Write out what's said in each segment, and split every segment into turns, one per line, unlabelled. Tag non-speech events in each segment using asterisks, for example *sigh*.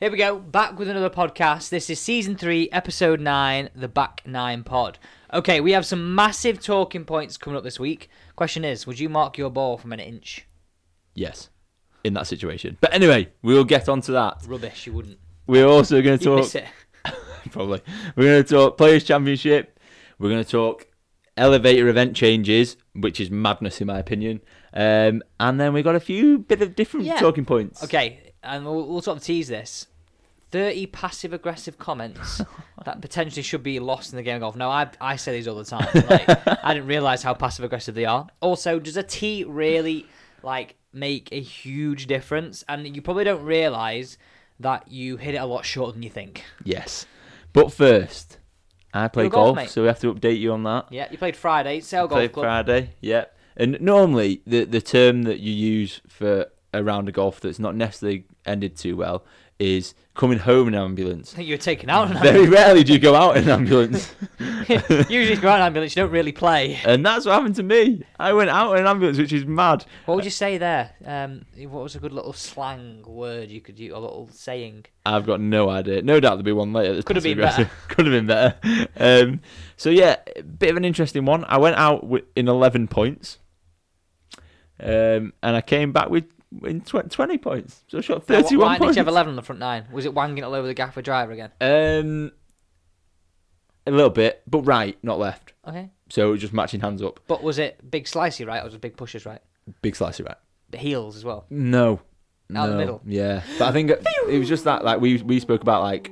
Here we go, back with another podcast. This is season three, episode nine, the Back Nine Pod. Okay, we have some massive talking points coming up this week. Question is, would you mark your ball from an inch?
Yes, in that situation. But anyway, we'll get on to that.
Rubbish, you wouldn't.
We're also going to
You
talk
miss it.
*laughs* probably. We're going to talk Players Championship. We're going to talk elevator event changes, which is madness in my opinion. Um, and then we got a few bit of different
Yeah.
talking points.
Okay, and we'll, we'll sort of tease this. 30 passive aggressive *laughs* comments that potentially should be lost in the game of golf. Now, I, I say these all the time. *laughs* Like, I didn't realise how passive aggressive they are. Also, does a tee really like make a huge difference? And you probably don't realise that you hit it a lot shorter than you think.
Yes. But first, I play
You're a golf
golf,
mate.
so we have to update you on that.
Yeah, you played Friday, Sale
play
Golf Club.
Friday. Yeah. And normally the the term that you use for a round of golf that's not necessarily ended too well is coming home in an ambulance.
I think you were taken out. *laughs* in an
*laughs* Very rarely do you go out in an ambulance.
ambulance. Usually, if you're out in an ambulance, you don't really play.
*laughs* And that's what happened to me. I went out in an ambulance, which is mad.
What would you say there? Um, what was a good little slang word you could use, a little saying?
I've got no idea. No doubt there'll be one later. that's
Could have been
*laughs* passive-aggressive. Could have been better. Um, so yeah, a bit of an interesting one. I went out wi- in eleven points, um, and I came back with in tw- twenty points. So I shot
Now, wh- Why
thirty-one
did
points.
you have 11 on the front nine? Was it wanging it all over the gaffer driver again?
um, a little bit, but right, not left.
Okay.
So it was just matching hands up.
But was it big slicey right or was it big pushers right?
Big slicey right.
The heels as well.
No.
Out
no.
the middle.
Yeah, but
*laughs*
I think it it was just that. Like we we spoke about like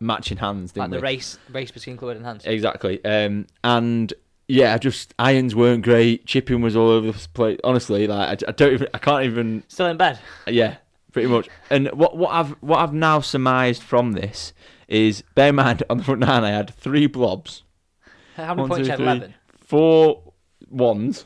matching hands, didn't
Like the
we?
race race between club and hands.
Exactly. Um, and yeah, I just irons weren't great. Chipping was all over the place. Honestly, like I, I don't even. I can't even.
Still in bed. *laughs*
Yeah, pretty much. And what what I've what I've now surmised from this is, bear in mind, on the front nine I had three blobs,
How many
One,
points
two,
you had?
three.
11.
four ones,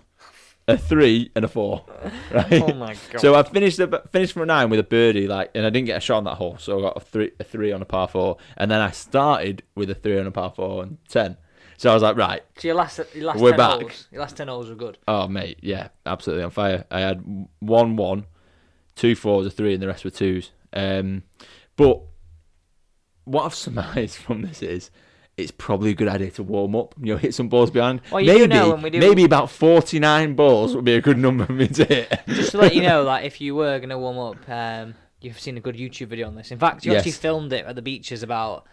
a three, and a four. *laughs* Right.
Oh my god.
So I finished the finished from nine with a birdie, like, and I didn't get a shot on that hole, so I got a three, a three on a par four, and then I started with a three on a par four and ten. So I was like, right,
So your last, your last
We're
10
back.
holes. Your last 10 holes were good.
oh mate, yeah, absolutely on fire. I had one one, two fours, a three, and the rest were twos. Um, but what I've surmised *laughs* from this is. It's probably a good idea to warm up. You know, hit some balls behind.
Well, you do
maybe,
know when we do-
maybe about forty-nine balls would be a good number for me to hit.
Just to let you know, like if you were going to warm up, um, you've seen a good YouTube video on this. In fact, you actually
Yes.
filmed it at the beaches about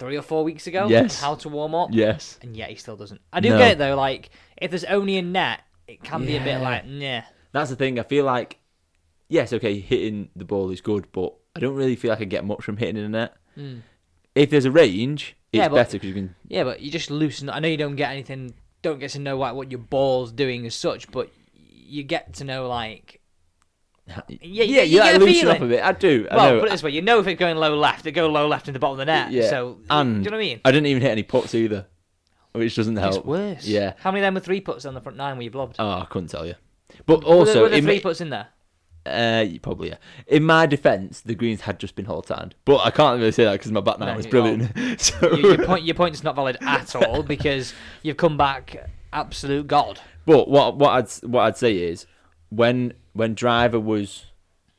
three or four weeks ago.
Yes.
How to warm up.
yes.
And yet he still doesn't. I do
No.
get it though. Like if there's only a net, it can be a
Yeah.
bit like, yeah.
That's the thing. I feel like, yes, okay, hitting the ball is good, but I don't really feel like I get much from hitting in the net. If there's a
Hmm.
range, it's
Yeah,
better
but-
'cause better because you can.
Yeah, but you just loosen. I know you don't get anything, don't get to know like what your ball's doing as such, but you get to know like. Yeah, you, you
like
get a
loosen
feeling.
up a bit. I do. I
well,
know.
put it this way: you know if it's going low left, it go low left in the bottom of the net.
Yeah.
So,
and
do you know what I mean?
I didn't even hit any putts either, which doesn't help.
It's worse.
Yeah.
How many of them were three puts on the front nine were you blobbed?
Oh, I couldn't tell you. But
Were there-
also,
were there
in
three
my,
puts in
*laughs*
there?
uh, probably yeah. In my defence, the greens had just been hole timed, but I can't really say that because my back nine
No,
was
you-
brilliant. *laughs* so,
Your, your point, your point's not valid at
*laughs*
all because you've come back absolute god.
But what what I'd what I'd say is when when driver was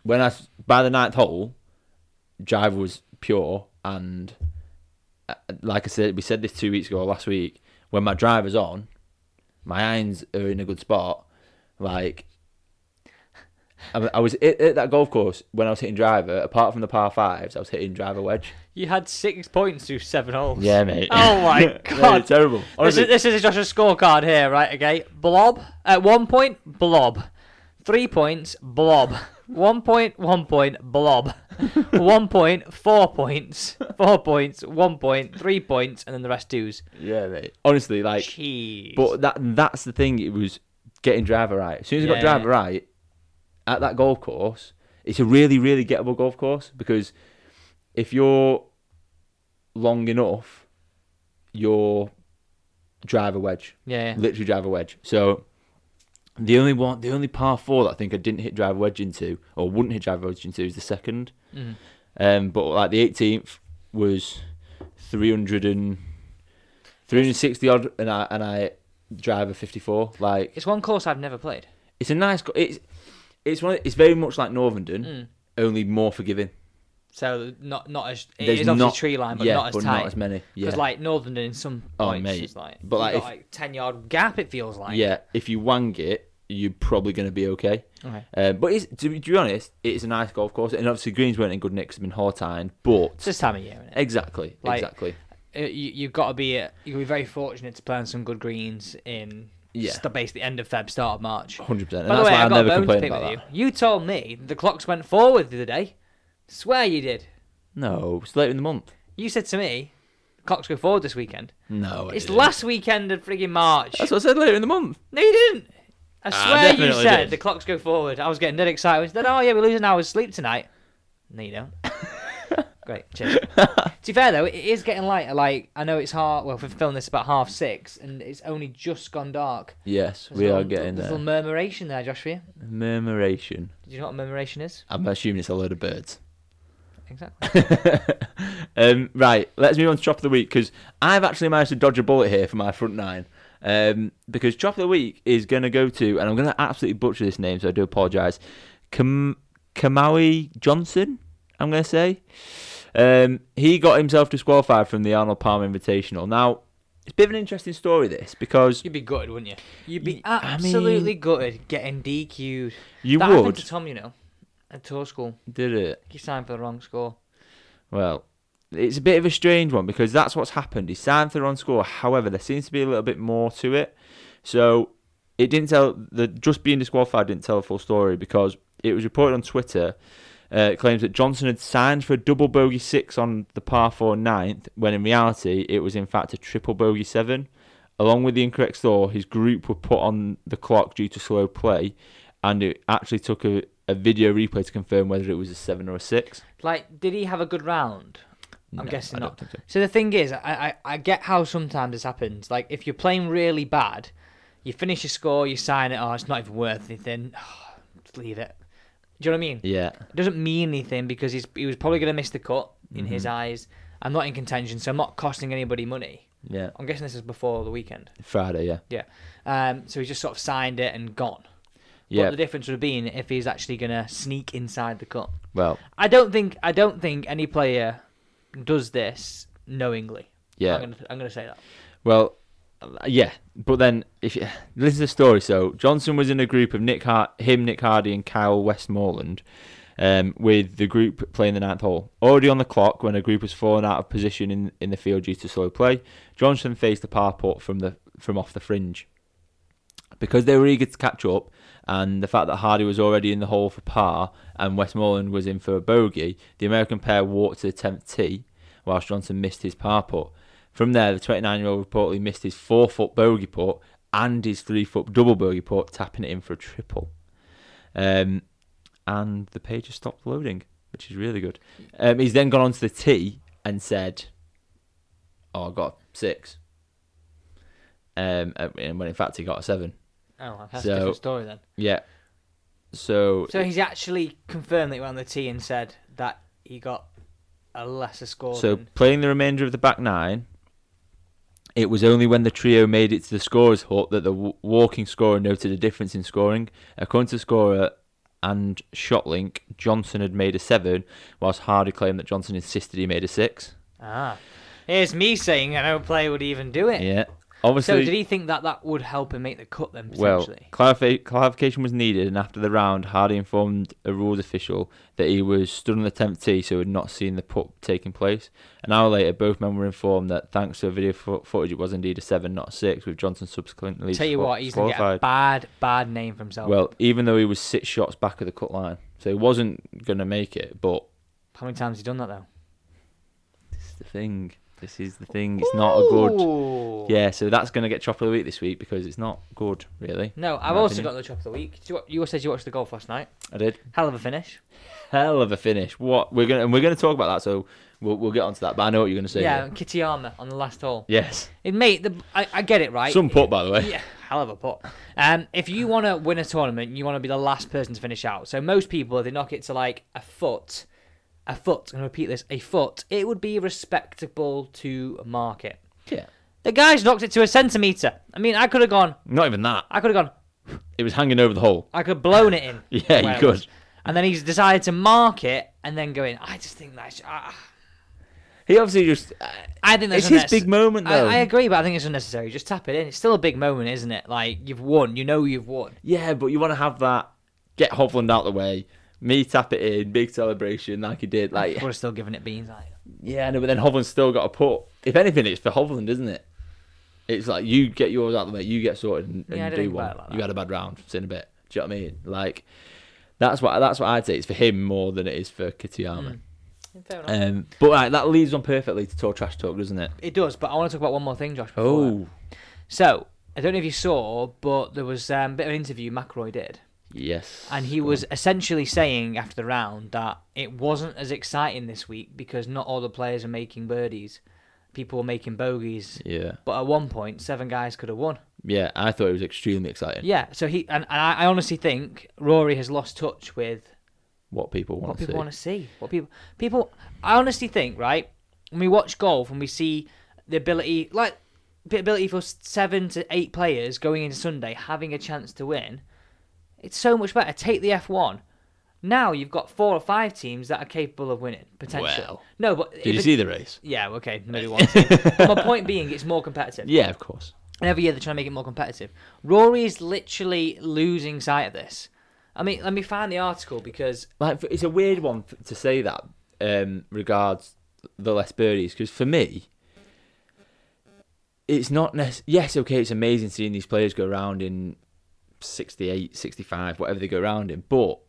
when I s- by the ninth hole, driver was pure and uh, like I said, we said this two weeks ago or last week. When my driver's on, my irons are in a good spot. Like I, I was at, at that golf course when I was hitting driver. Apart from the par fives, I was hitting driver wedge.
You had six points through seven holes.
*laughs* Yeah, mate.
Oh my
They were
god.
terrible. Honestly,
This is this is just a scorecard here, right? Okay, blob at one point, blob, three points, blob, one point, one point,
*laughs*
blob, one point, four points, four points, one point, three points, and then the rest twos.
yeah, mate. Honestly, like
Jeez.
But that that's the thing. It was getting driver right. As soon as I
Yeah.
got driver right at that golf course, it's a really really gettable golf course because if you're long enough, you're driver wedge,
yeah, yeah.
literally driver wedge. So the only one, the only par four that I think I didn't hit driver wedge into or wouldn't hit driver wedge into is the second.
Mm.
Um, but like the 18th was 300 and 360 odd, and I and I drive a 54. Like
it's one course I've never played.
it's a nice. co- It's it's one. It's very much like Northenden,
Mm.
only more forgiving.
So not not as it
There's
is obviously
not-
tree line, but
yeah,
not as
but
tight.
not as many. Yeah,
Because like Northern in some
Oh,
points,
mate.
it's like
But,
you've
like,
got,
if-
like ten yard gap. It feels like
yeah. If you wang it, you're probably going to be okay.
Okay.
Um, but it's, to, be- to be honest, it's a nice golf course, and obviously greens weren't in good nick 'cause they've been hortined.
It's
But
this time of year, isn't it?
exactly,
Like-
exactly.
Uh, You, you've got to be uh, you'll be very fortunate to play on some good greens in
Yeah.
st- basically end of Feb, start of March.
Hundred percent. And
By the
that's
way,
why
I
I
got a
never
bone to
complain
pick
about
with
that.
you. You told me the clocks went forward the other day. Swear you did.
No, it's later in the month.
You said to me, clocks go forward this weekend.
No, I
it's
didn't.
last weekend of friggin' March.
That's what I said later in the month.
No, you didn't. I
Ah, I
swear you
definitely
said
did.
the clocks go forward. I was getting dead excited. I was like, oh yeah, we're losing an hour's sleep tonight. No, you *laughs* don't. Great, cheers. to be fair though, it is getting lighter. Like I know it's hard. Well, we're filming this about half six, and it's only just gone dark.
Yes,
There's
we
a
are
little-
getting
there's
there.
a little murmuration there, Josh. For you,
Murmuration.
do you know what a murmuration is?
I'm assuming it's a load of birds.
Exactly.
Um, right, let's move on to chop of the week because I've actually managed to dodge a bullet here for my front nine. Um, because chop of the week is going to go to, and I'm going to absolutely butcher this name, so I do apologise. Kam- Kamawi Johnson, I'm going to say. Um, he got himself disqualified from the Arnold Palmer Invitational. Now, it's a bit of an interesting story this because
You'd be gutted, wouldn't you? You'd be
Ye- I mean-
absolutely gutted getting DQ'd.
you
that happened
would
to Tom, you know, at tour school.
did it.
He signed for the wrong score.
Well, it's a bit of a strange one because that's what's happened. He signed for the wrong score. However, there seems to be a little bit more to it. So it didn't tell the just being disqualified didn't tell the full story because it was reported on Twitter. Uh, it claims that Johnson had signed for a double bogey six on the par four ninth, when in reality it was in fact a triple bogey seven. Along with the incorrect score, his group were put on the clock due to slow play, and it actually took a, a video replay to confirm whether it was a seven or a six.
Like, did he have a good round? I'm
No,
guessing
I don't
not.
think so.
So the thing is, I, I, I get how sometimes this happens. Like, if you're playing really bad, you finish your score, you sign it, oh, it's not even worth anything. *sighs* Just leave it. Do you know what I mean?
Yeah.
It doesn't mean anything because he's, he was probably going to miss the cut in his
Mm-hmm.
eyes. I'm not in contention, so I'm not costing anybody money.
Yeah.
I'm guessing this is before the weekend.
Friday, yeah.
Yeah. Um, so he just sort of signed it and gone. But
Yeah.
the difference would have been if he's actually going to sneak inside the cut.
well,
I don't think I don't think any player does this knowingly.
Yeah.
I'm gonna, I'm gonna say that.
well, uh, yeah. But then, if you listen to the story, so Johnson was in a group of Nick Hart, him, Nick Hardy, and Kyle Westmoreland, um, with the group playing the ninth hole. Already on the clock when a group was fallen out of position in, in the field due to slow play, Johnson faced a par putt from the from off the fringe. because they were eager to catch up, and the fact that Hardy was already in the hole for par and Westmoreland was in for a bogey, the American pair walked to the 10th tee, whilst Johnson missed his par putt. From there, the 29-year-old reportedly missed his four-foot bogey putt and his three-foot double bogey putt, tapping it in for a triple. Um, and the page has stopped loading, which is really good. Um, he's then gone onto the tee and said, "Oh, I got a six. Um, and when in fact he got a seven.
Oh, that's
So-
a different story then.
Yeah. So,
So he's actually confirmed that he went on the tee and said that he got a lesser score.
so
than,
playing the remainder of the back nine, it was only when the trio made it to the scorer's hut that the w- walking scorer noted a difference in scoring. According to scorer and Shotlink, Johnson had made a seven, whilst Hardy claimed that Johnson insisted he made a six.
ah, here's me saying I no player would even do it.
Yeah.
So
Obviously,
did he think that that would help him make the cut then
Well,
potentially?
clarif- clarification was needed, and after the round, Hardy informed a rules official that he was stood on the 10th tee, so had not seen the putt taking place. An hour later, both men were informed that thanks to video fo- footage, it was indeed a 7, not a 6, with Johnson subsequently
Tell you
disqual-
what, he's gonna get a
disqualified.
bad, bad name for himself.
Well, even though he was six shots back of the cut line, so he wasn't going to make it, but
How many times has he done that though?
this is the thing. This is the thing. It's not a good.
Ooh.
Yeah, so that's going to get chop of the week this week because it's not good, really.
No,
In
I've
my
also
opinion.
got the chop of the week. Do you, you said you watched the golf last night.
I did.
Hell of a finish.
hell of a finish. What we're gonna and we're gonna talk about that, so we'll we'll get onto that. But I know what you're gonna say.
yeah,
here.
Kitty Armour on the last hole.
Yes.
It mate, the, I, I get it right.
Some putt, by the way.
Yeah, hell of a putt. Um, if you want to win a tournament, you want to be the last person to finish out. So most people, if they knock it to like a foot, a foot. I'm gonna repeat this: a foot. It would be respectable to market.
Yeah.
The guys knocked it to a centimeter. I mean, I could have gone.
Not even that.
I could have gone.
It was hanging over the hole.
I could have blown it in.
*laughs* Yeah, you
Where it
could.
was. And then he's decided to mark it and then going, I just think that's. ah."
He obviously just.
I think that's
It's his
unnecess-
big moment, though.
I, I agree, but I think it's unnecessary. Just tap it in. It's still a big moment, isn't it? Like you've won. You know you've won.
Yeah, but you want to have that. Get Hovland out the way. Me tap it in. Big celebration like he did. Like
We're still giving it beans. Like
yeah, no, but then Hovland's still got a put. If anything, it's for Hovland, isn't it? It's like you get yours out the way, you get sorted, and,
Yeah, I didn't
and do
think about
one.
it like
you
that.
had a bad round. See you in a bit. Do you know what I mean? Like that's what that's what I'd say. It's for him more than it is for
Mm.
Kitayama.
fair enough.
Um, but right, that leads on perfectly to talk trash talk, doesn't it?
it does, but I want to talk about one more thing, Josh. before that.
Oh
So I don't know if you saw, but there was um, a bit of an interview McRoy did,
yes,
and he
Go
was essentially saying after the round that it wasn't as exciting this week because not all the players are making birdies. People were making bogeys.
on. yeah,
But at one point, seven guys could have won.
yeah. I thought it was extremely exciting.
Yeah. So he and, and I, I honestly think Rory has lost touch with
What people
what
want to see.
people want to see. What people people I honestly think right when we watch golf and we see the ability like the ability for seven to eight players going into Sunday having a chance to win. It's so much better. Take the F one. Now you've got four or five teams that are capable of winning potentially.
Well,
no, but
Did you see the race?
Yeah, okay,
*laughs*
maybe one. team. My point being, it's more competitive.
Yeah, of course.
And every year they're trying to make it more competitive. Rory is literally losing sight of this. I mean, let me find the article because
like f- it's a weird one f- to say that um regards the less birdies because for me it's not nec- yes okay it's amazing seeing these players go around in 68 65 whatever they go around in but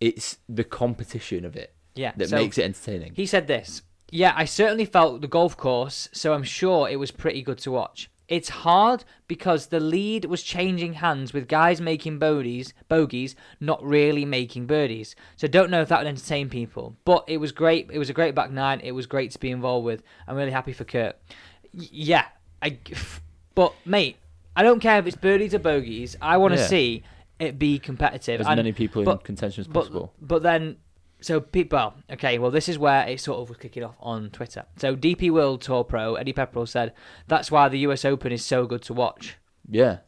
it's the competition of it
yeah,
that
so
makes it entertaining
He said this. Yeah, I certainly felt the golf course, so I'm sure it was pretty good to watch. It's hard because the lead was changing hands with guys making bogeys, bogeys, not really making birdies. So don't know if that would entertain people. But it was great. It was a great back nine. It was great to be involved with. I'm really happy for Kurt. Y- yeah, I. But mate, I don't care if it's birdies or bogeys. I want to
Yeah.
see it be competitive.
as
And-
many people in
but-
contention as
but,
possible
But then, so people, okay, well, this is where it sort of was kicking off on Twitter. So DP World Tour Pro Eddie Pepperell said that's why the U.S. Open is so good to watch.
Yeah,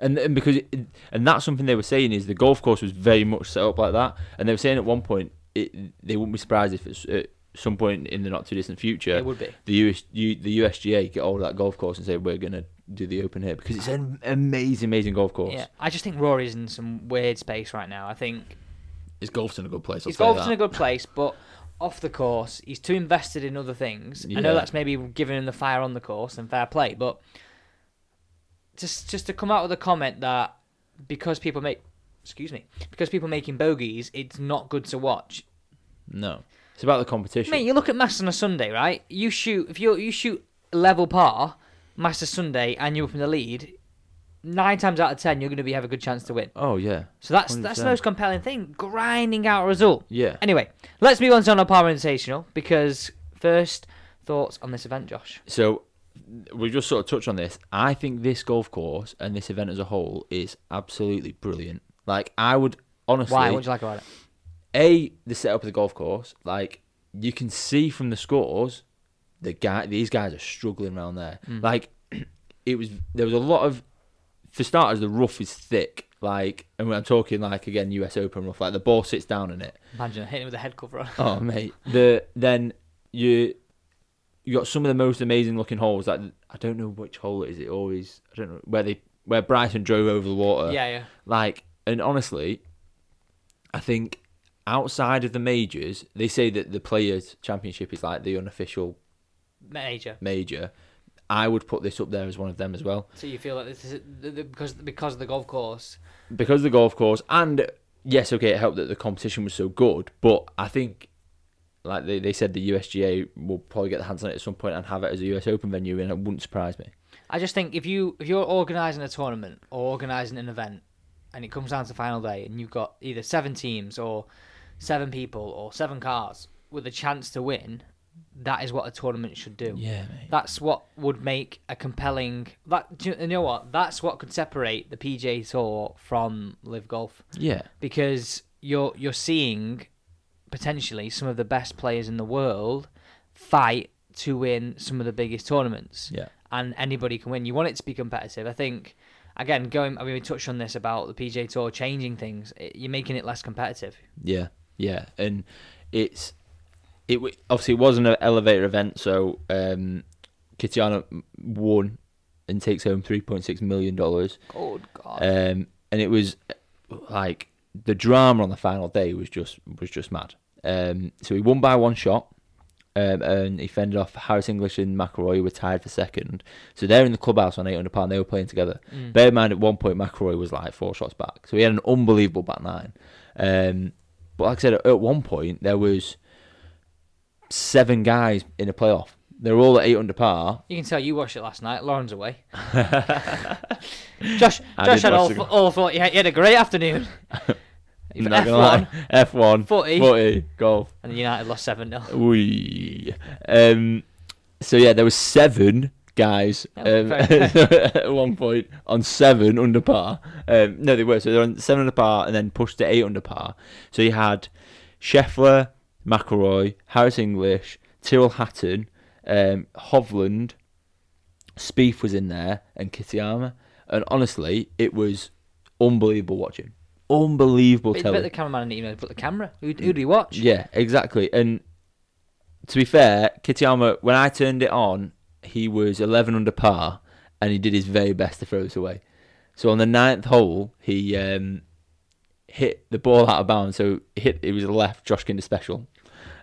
and and because it, and that's something they were saying is the golf course was very much set up like that, and they were saying at one point it, they wouldn't be surprised if it's at some point in the not too distant future
It would be.
the US U, the USGA get all that golf course and say we're gonna do the Open here because it's an amazing amazing golf course.
Yeah, I just think Rory's in some weird space right now. I think
Is golf's in a good place? I'll
he's
say
golf's
that.
in a good place, but off the course, he's too invested in other things. I
Yeah.
know that's maybe giving him the fire on the course and fair play, but just just to come out with a comment that because people make excuse me because people making bogeys, it's not good to watch.
No, it's about the competition.
Mate, you look at Master on a Sunday, right? You shoot if you you shoot level par, Master Sunday, and you're up in the lead. Nine times out of ten, you're going to be have a good chance to win.
oh yeah,
So that's that's the
100%.
most compelling thing, grinding out a result.
yeah.
Anyway, let's move on to our par sensational because first thoughts on this event, Josh.
So we just sort of touched on this. I think this golf course and this event as a whole is absolutely brilliant. Like I would honestly
Why? What do you like about it?
a the setup of the golf course, like you can see from the scores, the guy these guys are struggling around there. Like *clears throat* it was there was a lot of for starters the rough is thick. Like and when I'm talking like again US Open rough, like the ball sits down in it.
Imagine hitting it with a head cover on.
Oh mate, the then you you got some of the most amazing looking holes. Like I don't know which hole it is. It always I don't know where they where Bryson drove over the water.
yeah, yeah.
Like, and honestly, I think outside of the majors, they say that the Players Championship is like the unofficial
Major.
major. I would put this up there as one of them as well
So you feel like this is the, the, because because of the golf course.
because of the golf course and yes, okay, it helped that the competition was so good, but I think. Like they, they said, the USGA will probably get their hands on it at some point and have it as a US Open venue, and it wouldn't surprise me.
I just think if you if you're organising a tournament or organising an event, and it comes down to final day, and you've got either seven teams or seven people or seven cars with a chance to win, that is what a tournament should do.
Yeah, mate.
That's what would make a compelling. That do you you know what? That's what could separate the PJ Tour from Live Golf
Yeah,
because you're you're seeing potentially some of the best players in the world fight to win some of the biggest tournaments
yeah,
and anybody can win. You want it to be competitive. I think, again, going, I mean, we touched on this about the PJ Tour changing things. It, you're making it less competitive.
yeah, yeah. And it's it wa- obviously it was an elevator event, so um, Kitiana won and takes home three point six million dollars.
Good God.
Um, and it was like the drama on the final day was just was just mad. Um, so he won by one shot, um, and he fended off Harris English and McElroy who were tied for second. So they're in the clubhouse on eight hundred pound. They were playing together.
Hmm.
Bear in mind, at one point McElroy was like four shots back, so he had an unbelievable back nine. Um, but like I said, at one point there was seven guys in a playoff. They were all at eight
*laughs*
under par. *laughs*
you can tell you watched it last night. Lauren's away. Josh, Josh
*laughs* I did
had
watch
all,
the-
all thought he had, he had a great
*laughs*
afternoon.
I'm
F1,
not gonna lie. F1,
Footy.
footy, golf.
and the United lost 7 0.
We. Um, so yeah, there were seven guys
Oh,
um, *laughs*
very
at one point on seven under par. Um, no, they were so they're on seven under par and then pushed to eight under par. So you had Scheffler, McElroy, Harris English, Tyrrell Hatton, um, Hovland, Spieth was in there, and Kittyama. And honestly, it was unbelievable watching. Unbelievable
But,
telly.
but the cameraman didn't even know to put the camera. Who, who do you watch?
Mm. Yeah, exactly. And to be fair, Kitayama, when I turned it on, he was 11 under par, and he did his very best to throw this away. So on the ninth hole, he um, hit the ball out of bounds. So he hit it was a left Josh Kinder special.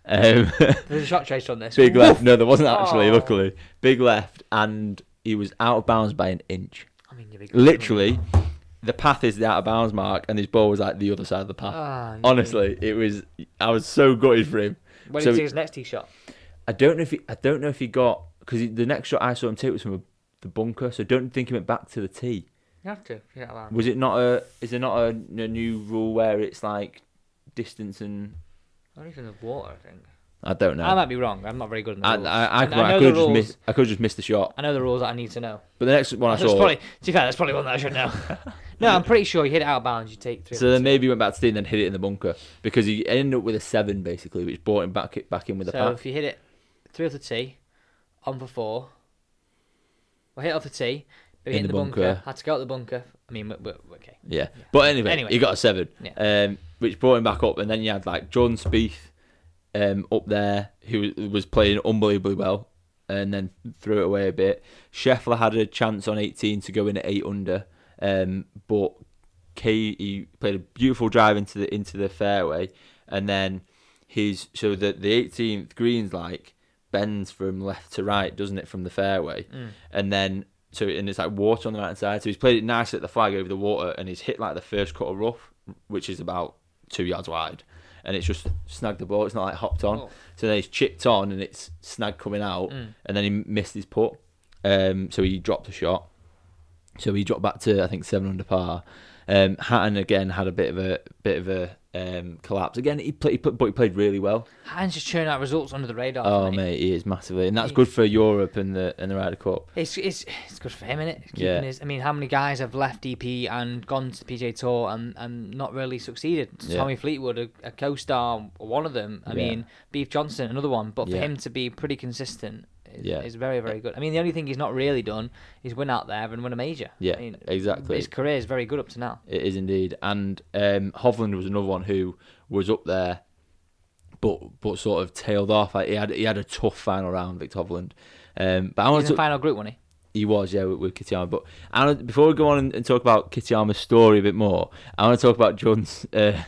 Um, *laughs*
There's a shot chase on this.
big left. No, there wasn't actually.
Oh.
Luckily, big left, and he was out of bounds by an inch.
I mean, you're big-
Literally, the path is the out of bounds mark, and his ball was like the other side of the path.
Ah, no.
Honestly, it was. I was so gutted for him.
When
so
did he take his next tee shot?
I don't know if he, I don't know if he got because the next shot I saw him take was from a, the bunker, so I don't think he went back to the tee.
You have to. forget about it.
Was it not a? Is there not a, a new rule where it's like distance and
Only because of water, I think.
I don't know.
I
I
might be wrong. I'm not very good in the
I,
rules.
I, I,
And
could- I
know
could
the
just
rules.
miss I could just miss the shot.
I know the rules that I need to know.
But the next one I
That's
saw,
probably, to be fair, that's probably one that I should know. no, I'm pretty sure you hit it out of bounds. You take three.
so then maybe he went back to the tee and then hit it in the bunker because he ended up with a seven basically, which brought him back back in with a
so
pass.
if you hit it three off the tee, on for four, well, hit off the tee, but hit in the bunker. had to go out the bunker. I mean, we- we- okay.
Yeah. But anyway,
Anyway.
he got a seven,
Yeah.
um, which brought him back up. And then you had like Jordan Spieth um, up there, who was- was playing unbelievably well, and then threw it away a bit. Scheffler had a chance on 18 to go in at eight under, um, but K he played a beautiful drive into the into the fairway, and then his so the the 18th green's like bends from left to right, doesn't it, from the fairway, and then so and it's like water on the right hand side. So he's played it nice at the flag over the water, and he's hit like the first cut of rough, which is about two yards wide, and it's just snagged the ball. It's not like hopped on.
Oh.
So then he's chipped on, and it's snagged coming out, and then he missed his putt. Um, so he dropped a shot. So he dropped back to I think seven under par. Um, Hatton again had a bit of a bit of a um, collapse. Again, he played, he played, but he played really well.
Hands just churning out results under the radar.
Oh
mate.
mate, he is massively, and that's good for Europe and the and the Ryder Cup.
It's, it's it's good for him, isn't it? Keeping
Yeah.
his, I mean, how many guys have left DP and gone to the PJ Tour and, and not really succeeded?
Yeah.
Tommy Fleetwood, a, a co-star, one of them. I
Yeah.
mean, Beef Johnson, another one. But for
Yeah.
him to be pretty consistent is,
Yeah.
is very very good. I mean, the only thing he's not really done is win out there and win a major.
Yeah,
I mean,
exactly.
His career is very good up to now.
It is indeed. And um, Hovland was another one who was up there, but but sort of tailed off. Like, he had he had a tough final round, Vic Hovland. Um, but I
He's
want
in
to
the final group, wasn't he?
He was, yeah, with, with Kitayama. But I wanna- before we go on and, and talk about Kitayama's story a bit more, I want to talk about John's *laughs* uh,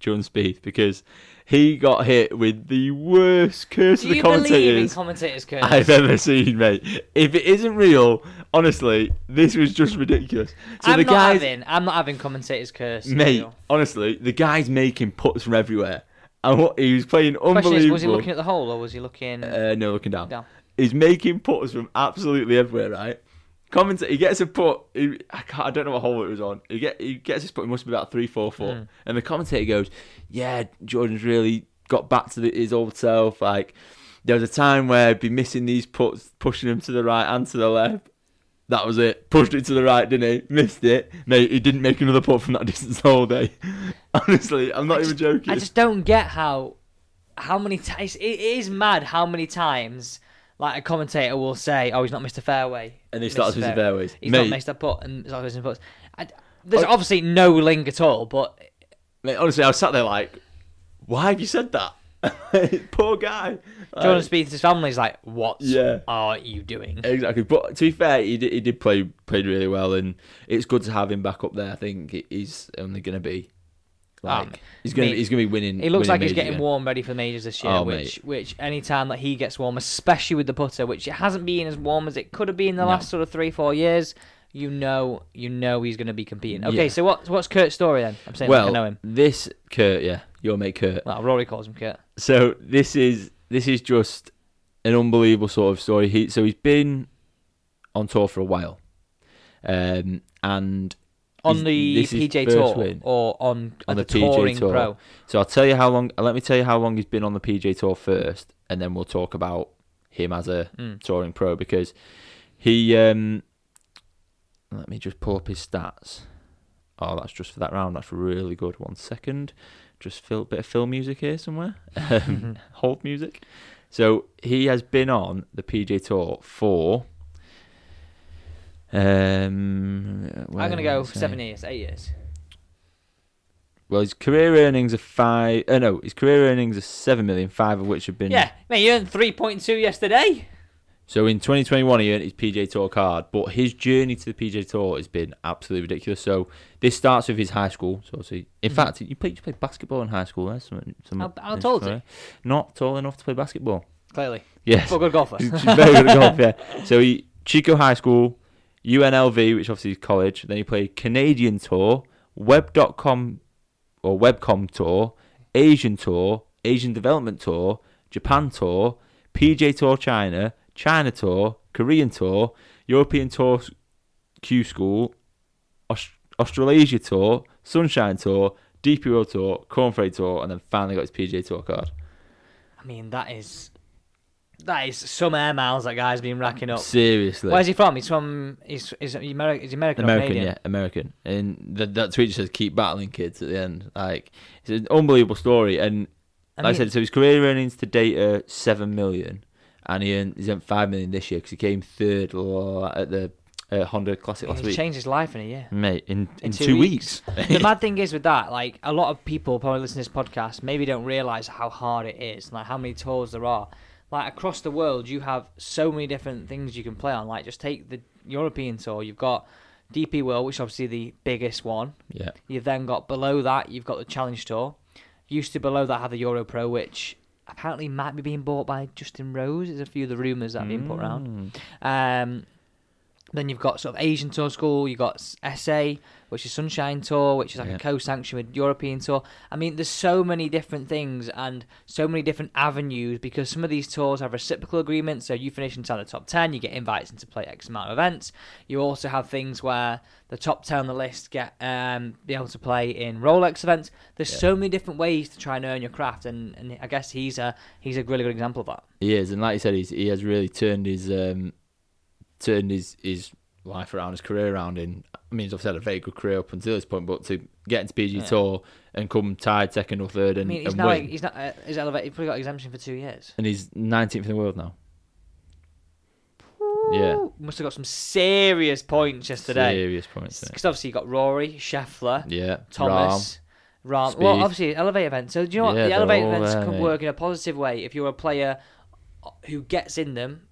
John Speed because he got hit with the worst curse
Do
of the
you believe in
commentators *laughs*
commentators' curse?
I've ever seen, mate. If it isn't real, honestly, this was just ridiculous. So
I'm
the
not
guys,
having. I'm not having commentators' curse.
mate,
Neil.
honestly, the guys making putts from everywhere, and what he was playing unbelievable.
Question is, was he looking at the hole or was he looking?
Uh, no, looking down.
Down.
He's making putters from absolutely everywhere, right? Comment. He gets a putt. He, I, can't, I don't know what hole it was on. He get he gets his putt. It must be about three, four, four.
Hmm.
And the commentator goes, "Yeah, Jordan's really got back to the, his old self. Like there was a time where he'd be missing these putts, pushing him to the right and to the left. That was it. Pushed it to the right, didn't he? Missed it. Mate, he didn't make another putt from that *laughs* distance all day. Honestly, I'm not even joking.
I just don't get how how many times it it is mad how many times like a commentator will say, "Oh, he's not missed a fairway,"
And they
Missed
start
a
to miss the
fairway.
fairways.
He's
Mate.
not missed a putt and he's not missing putts. I, there's
Oh.
obviously no link at all, but
Mate, honestly, I was sat there like, why have you said that? *laughs* Poor guy.
Jordan Spieth, his family's like, what
Yeah.
are you doing?
Exactly, but to be fair, he did, he did play played really well, and it's good to have him back up there. I think he- he's only going to be like
Um,
he's going to
mate,
he's going to be winning.
He looks
winning
like he's
majors
getting
again.
warm, ready for the majors this year.
Oh,
which, which any time that he gets warm, especially with the putter, which it hasn't been as warm as it could have been the
No.
last sort of three, four years. You know, you know he's going to be competing. Okay,
Yeah.
so what's what's Kurt's story then? I'm saying
Well,
like I know him.
this Kurt, yeah, your mate Kurt.
Well, Rory calls him Kurt.
So this is this is just an unbelievable sort of story. He so he's been on tour for a while, um, and
on
he's-
the
this is his
PJ
first
Tour
win.
or on,
on
the,
the, PJ
touring
Tour.
pro.
*clears throat* So I'll tell you how long. Let me tell you how long he's been on the PJ Tour first, and then we'll talk about him as a
Mm.
touring pro because he. Um, let me just pull up his stats. Oh, that's just for that round. That's really good. One second, just fill bit of film music here somewhere. *laughs*
*laughs*
Um, hold music. So he has been on the PJ Tour for. Um,
I'm gonna go
seven
seven years, eight years.
well, his career earnings are five. Uh, no, his career earnings are seven million, five of which have been.
Yeah, mate, you earned three point two yesterday.
So in 2021, he earned his PJ Tour card, but his journey to the PJ Tour has been absolutely ridiculous. So this starts with his high school. So obviously, in
Mhm.
fact, you played you played basketball in high school. There's some, some eh?
How- how tall is he?
Not tall enough to play basketball.
Clearly,
Yes.
but a good
*laughs*
golfer.
He's very good at golf, yeah. So he Chico High School, UNLV, which obviously is college. Then he played Canadian Tour, Web.com or Webcom Tour, Asian Tour, Asian Development Tour, Japan Tour, PJ Tour China, China Tour, Korean Tour, European Tour Q School, Aus- Australasia Tour, Sunshine Tour, DP World Tour, Cornfrey Tour, and then finally got his PJ Tour card.
I mean, that is that is some air miles that guy's been racking up.
Seriously.
Where's he from? He's from. He's he's American. He's American. or
American,
Canadian.
yeah, American. And that that tweet says "Keep battling, kids." At the end, like it's an unbelievable story. And
I
like I,
mean-
said, so his career earnings to date are seven million, and he earned he's earned five million this year because he came third la- at the uh, Honda
I
Classic
mean,
last
he's
week.
changed his life in a
*laughs*
year.
Mate, in, in, two,
two
weeks, *laughs*
the mad thing is with that, like a lot of people probably listen to this podcast maybe don't realize how hard it is, like how many tours there are. Like across the world, you have so many different things you can play on. Like just take the European tour, you've got DP World, which is obviously the biggest one.
yeah,
You've then got below that, you've got the Challenge Tour. Used to below that have the Euro Pro, which apparently might be being bought by Justin Rose. There's a few of the rumours that have been
Mm.
put around. Um, then you've got sort of Asian Tour School, you've got S- SA, which is Sunshine Tour, which is like
Yeah.
a co sanctioned with European Tour. I mean, there's so many different things and so many different avenues because some of these tours have reciprocal agreements. So you finish inside the top 10, you get invites into play X amount of events. You also have things where the top 10 on the list get um, be able to play in Rolex events. There's so many different ways to try and earn your craft, and, and I guess he's a he's a really good example of that.
he is. And like you said, he's, he has really turned his um, turned his his life around, his career around. In I mean, he's obviously had a very good career up until this point, but to get into PG
Yeah.
Tour and come tied second or third,
I
and,
mean, he's
and
now
win.
he's not uh, he's elevated. He's probably got exemption for two years.
and he's 19th in the world now. Yeah,
Ooh, must have got some serious points yesterday.
serious points.
Because obviously you got Rory, Scheffler,
Yeah,
Thomas, Rahm.
Speed.
Well, obviously elevate events. So do you know what?
Yeah,
the
they're
elevate
all
events
there,
can
mate.
work in a positive way if you're a player who gets in them,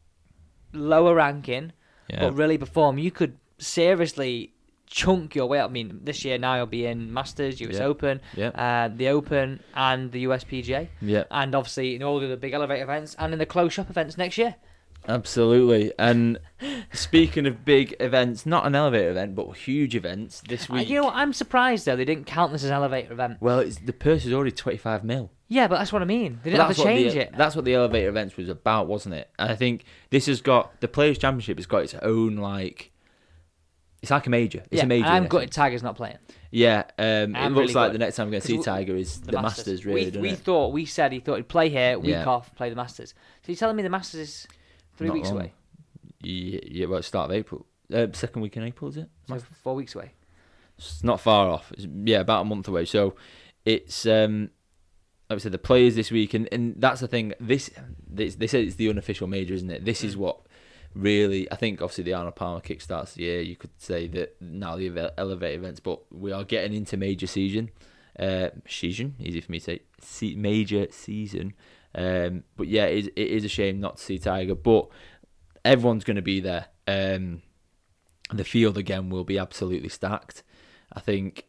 lower ranking,
Rahm. Yeah.
but really perform. You could seriously chunk your way up. I mean, this year now you'll be in Masters, US
Yeah.
Open,
yeah,
uh, the Open, and the USPGA.
yeah,
and obviously in all the other big elevate events and in the close shop events next year.
absolutely. And speaking of big events, not an elevator event, but huge events this
Uh,
week.
You know, what? I'm surprised though they didn't count this as an elevator event.
well, it's, the purse is already 25 mil.
Yeah, but that's what I mean. They didn't
But
have to
what
change
the, uh,
it.
That's what the elevator events was about, wasn't it? And I think this has got the Players Championship has got its own like. It's like a major. It's
yeah,
a major.
and I'm
in
gutted Tiger's not playing.
Yeah, um, it
I'm
looks
really
like
good.
the next time we're going to
'Cause
see
we-
Tiger is the, Masters, really,
we
doesn't
we
it?
thought we said he thought he'd play here, week
Yeah.
off, play the Masters. So you're telling me the Masters is three
Not
weeks
long.
away,
Yeah, yeah, well, it's start of April. Uh, second week in April, is it?
so four weeks away.
It's not far off. It's, yeah, about a month away. So it's um, like I said, the players this week, and, and that's the thing. This they, they said it's the unofficial major, isn't it? This is what really I think. Obviously, the Arnold Palmer kickstarts the year. You could say that now the eve- elevate events, but we are getting into major season. uh, season. Easy for me to say, se- major season. Um, but yeah, it is, it is a shame not to see Tiger, but everyone's going to be there. Um, the field again will be absolutely stacked. I think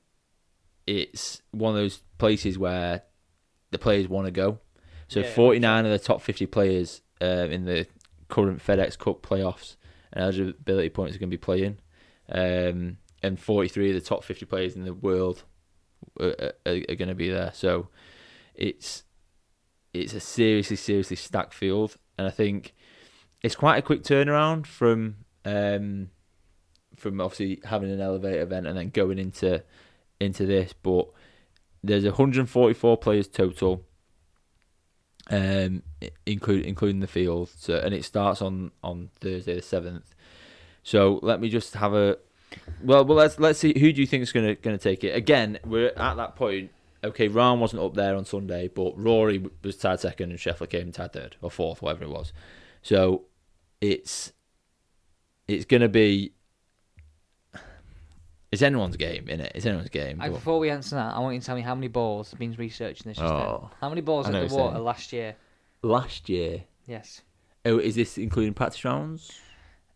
it's one of those places where the players want to go. So
Yeah,
49 of the top 50 players uh, in the current FedEx Cup playoffs and eligibility points are going to be playing. Um, and 43 of the top 50 players in the world are, are, are going to be there. So it's it's a seriously, seriously stacked field. And I think it's quite a quick turnaround from um, from obviously having an elevator event and then going into into this, but there's 144 players total, um, i- include including the field. So and it starts on on Thursday the seventh. So let me just have a well, well let's let's see who do you think is gonna gonna take it again. We're at that point. Okay, Ryan wasn't up there on Sunday, but Rory w- was tied second and Scheffler came tied third or fourth, whatever it was. So it's it's gonna be it's anyone's game, innit? It's anyone's game.
I,
but-
before we answer that, I want you to tell me how many balls means researching this. Just
Oh.
then. How many balls
I
at
know
the
what you're
water
saying.
last year?
last year.
Yes.
Oh, is this including practice rounds?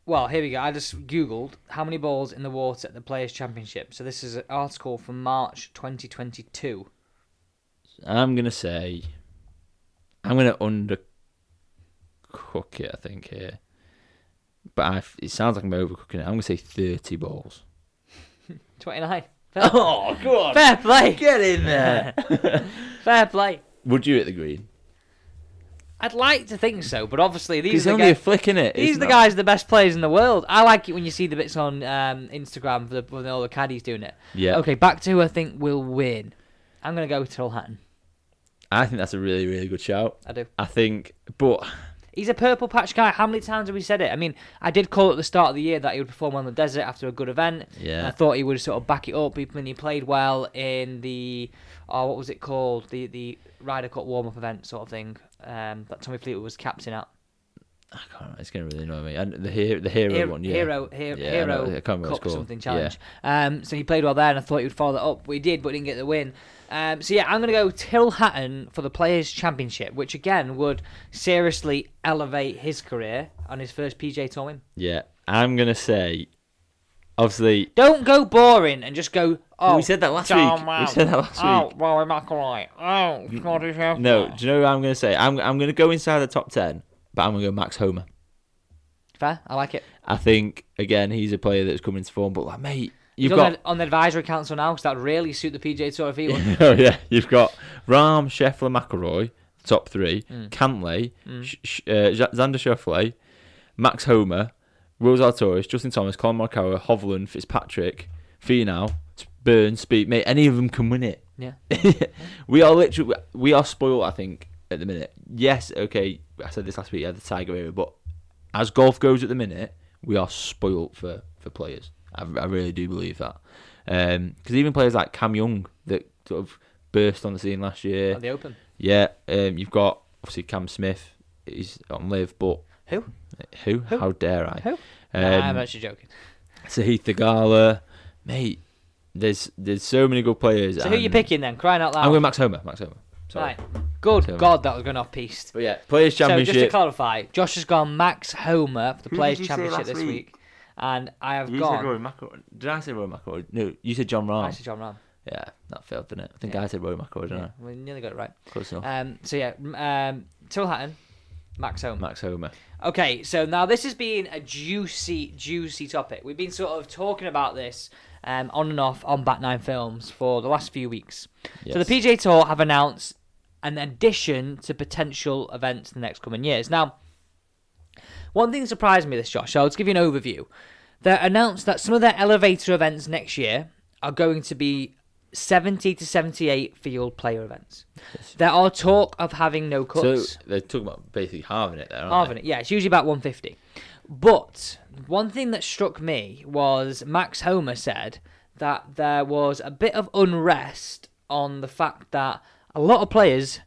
Well, here we go. I just googled how many balls in the water at the Players Championship. So this is an article from March 2022.
I'm gonna say, I'm gonna undercook it. I think here, but I, it sounds like I'm overcooking it. I'm gonna say thirty
*laughs*
balls.
29. *laughs*
Oh God!
Fair play. *laughs*
Get in there.
Fair play.
Would you at the green?
I'd like to think so, but obviously these
It's
are the
only a
guys.
flick in it.
These are the guys, the best players in the world. I like it when you see the bits on um, Instagram for the, when all the caddies doing it.
Yeah.
Okay, back to who I think will win. I'm gonna go with Tyrrell Hatton.
I think that's a really, really good shout.
I do.
I think, but
He's a purple patch guy. How many times have we said it? I mean, I did call at the start of the year that he would perform on the desert after a good event.
Yeah.
And I thought he would sort of back it up. I mean, he played well in the, oh, what was it called? The the Ryder Cup warm up event sort of thing um, that Tommy Fleetwood was captain at.
I can't, it's gonna really annoy me. And the hero, the hero
Hero,
one, yeah.
hero, hero,
Yeah, I know,
hero
I can't remember what it's
cup
called.
something challenge. Um, so he played well there, and I thought he would follow that up. We did, but didn't get the win. Um, so yeah, I'm going to go Till Hatton for the Players Championship, which again would seriously elevate his career on his first PJ Tour win.
Yeah, I'm gonna say. Obviously,
Don't go boring and just go. Oh,
we said that last
John
week.
Wow.
We said that last
oh,
week.
Rory McIlroy. Oh, Scotty Scheffler.
No, do you know what I'm going to say? I'm I'm going to go inside the top ten, but I'm going to go Max Homer.
fair. I like it.
I think again he's a player that's coming to form, but like mate,
He's
you've
on,
got
the, on the advisory council now, because that would really suit the PJ Tour if he
*laughs*
won.
oh yeah, you've got Rahm, Scheffler, McElroy, top three, Cantley, Sh- Sh- uh, Ja- Xander Schauffele, Max Homer, Rose Artois, Justin Thomas, Colin Morikawa, Hovland, Fitzpatrick, Finau, Burns, Speed, mate, any of them can win it.
Yeah.
we are literally we are spoiled. I think at the minute. Yes, okay. I said this last week. Yeah, the Tiger era, but as golf goes at the minute, we are spoiled for for players. I, I really do believe that. Because even players like Cam Young that sort of burst on the scene last year.
At the Open.
Yeah, um, you've got obviously Cam Smith. He's on live, but
Who?
who?
Who?
How dare I?
Who?
Um,
Nah, I'm actually joking.
Sahith Thegala, mate. There's there's so many good players.
So who you
and-
picking then? Crying out loud.
I'm going Max Homer. Max Homer. Sorry.
Right. Good
Sorry.
God, that was going off piste.
But yeah, Players
So just to
Championship.
clarify, Josh has gone Max Homer for the
Who
Players
did you say
Championship
last
this
week?
week, and I have
you said Roy
gone.
McIlroy. Did I say Roy McIlroy? No, you said John
I
Rahm.
said John Ram.
Yeah, that failed, didn't it? I think
Yeah.
I said Roy McIlroy, didn't
Yeah, we nearly got it right.
I? Close enough.
Um, so yeah, m- um, Till Hatton, Max Homer.
Max Homer.
Okay, so now this has been a juicy, juicy topic. We've been sort of talking about this um, on and off on Bat Nine Films for the last few weeks. So
Yes.
the PJ Tour have announced an addition to potential events in the next coming years. Now, one thing surprised me this, Josh. So I'll just give you an overview. They announced that some of their elevator events next year are going to be 70 to 78 field player events. There are talk of having no cuts.
So they're talking about basically halving it there, aren't
Halving it, yeah. It's usually about 150. But one thing that struck me was Max Homer said that there was a bit of unrest on the fact that a lot of players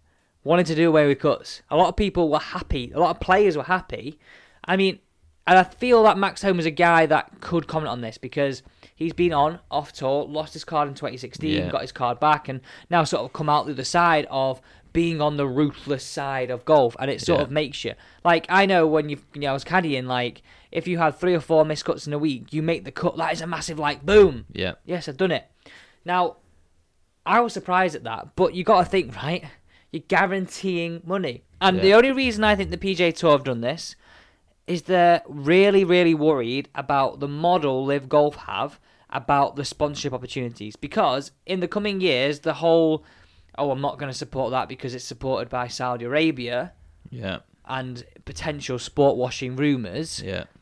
wanted to do away with cuts. A lot of people were happy. A lot of players were happy. I mean, And I feel that Max Home is a guy that could comment on this because he's been on, off tour, lost his card in 2016,
Yeah.
got his card back, and now sort of come out the other side of being on the ruthless side of golf. And it sort
Yeah.
of makes you. Like, I know when you've, you know, I was caddying, like, if you had three or four miscuts in a week, you make the cut. That is a massive, like, boom.
Yeah.
Yes, I've done it. Now, I was surprised at that, but you got to think, right? You're guaranteeing money. And the
Yeah.
only reason I think the PJ Tour have done this is they're really, really worried about the model Live Golf have about the sponsorship opportunities. Because in the coming years, the whole, oh, I'm not going to support that because it's supported by Saudi Arabia
Yeah.
and potential sport washing rumours
Yeah. Mm-hmm.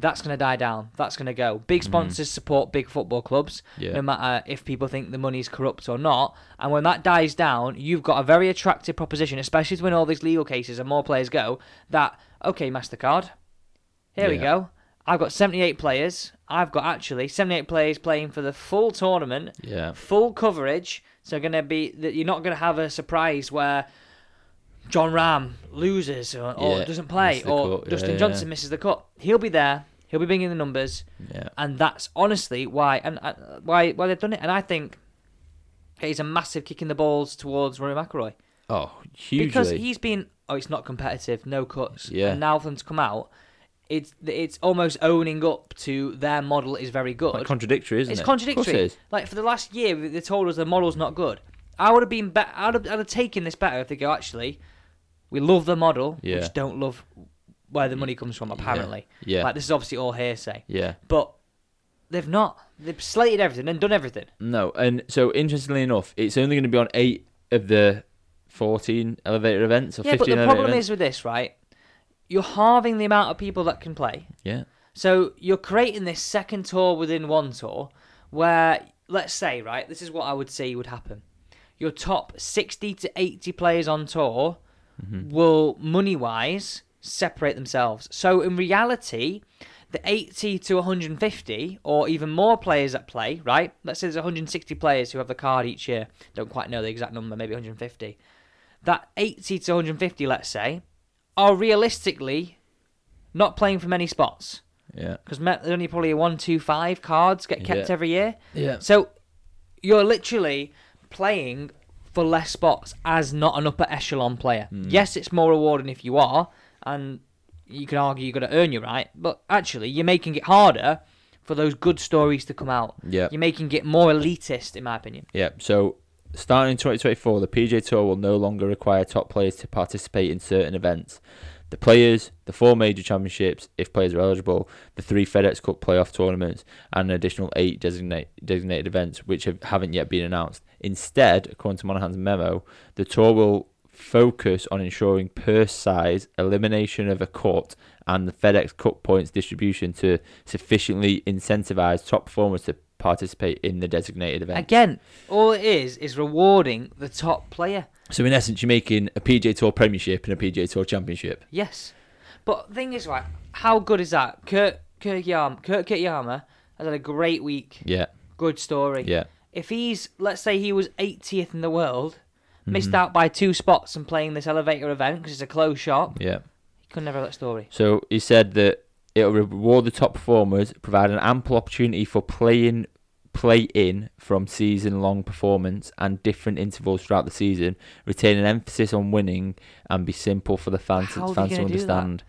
that's going to die down. That's going to go. Big sponsors support big football clubs,
Yeah.
no matter if people think the money's corrupt or not. And when that dies down, you've got a very attractive proposition, especially when all these legal cases and more players go, that, okay, MasterCard, here we
Yeah.
go. I've got 78 players. I've got actually 78 players playing for the full tournament,
Yeah.
full coverage. So going to be that you're not going to have a surprise where John Ram loses or, or
Yeah,
doesn't play
misses the
or
cut,
Justin
yeah,
Johnson
yeah.
misses the cut. He'll be there. He'll be bringing the numbers,
Yeah.
and that's honestly why and uh, why why they've done it. And I think it's a massive kick in the balls towards Rory McIlroy
Oh, hugely.
because he's been oh it's not competitive, no cuts.
Yeah.
And now for them to come out, it's it's almost owning up to their model is very good.
Like contradictory, isn't
It's
it? Of course
contradictory.
it is.
Like for the last year, they told us the model's not good. I would have been better. I'd have, I'd have taken this better if they go. Actually, we love the model. We
Yeah.
just don't love where the money comes from. Apparently,
Yeah.
Like this is obviously all hearsay.
Yeah.
But they've not. They've slated everything and done everything.
No, and so interestingly enough, it's only going to be on eight of the fourteen elevator events or
yeah, but
fifteen
the
elevator
problem
events.
is with this, right? You're halving the amount of people that can play.
yeah,
So you're creating this second tour within one tour where, let's say, right, this is what I would say would happen. Your top 60 to 80 players on tour will, money wise, separate themselves. So in reality, the 80 to 150 or even more players at play, right? Let's say there's 160 players who have the card each year. Don't quite know the exact number, maybe 150. That 80 to 150, let's say, are realistically not playing for many spots
yeah,
because there's only probably one, two, five cards get kept
Yeah.
every year.
yeah,
So you're literally playing for less spots as not an upper echelon player.
Hmm.
Yes, it's more rewarding if you are, and you can argue you've got to earn your right, but actually you're making it harder for those good stories to come out.
Yeah.
You're making it more elitist, in my opinion.
yeah. So starting in 2024, the PJ Tour will no longer require top players to participate in certain events. The players, the four major championships, if players are eligible, the three FedEx Cup playoff tournaments, and an additional eight designate, designated events which have, haven't yet been announced. Instead, according to Monaghan's memo, the tour will focus on ensuring purse size, elimination of a cut, and the FedEx Cup points distribution to sufficiently incentivize top performers to participate in the designated event.
Again, all it is is rewarding the top player.
So in essence, you're making a PJ Tour Premiership and a PJ Tour Championship.
Yes. But thing is, right, how good is that? Kurt Kurt Yam Kurt Yama has had a great week.
Yeah,
Good story.
yeah,
If he's, let's say he was 80th in the world, missed out by two spots and playing this elevator event because it's a closed shop,
yeah.
he could never have that story.
So he said that it'll reward the top performers, provide an ample opportunity for playing play in from season long performance and different intervals throughout the season, retain an emphasis on winning and be simple for the fans,
How are they
fans to
gonna do that?
understand.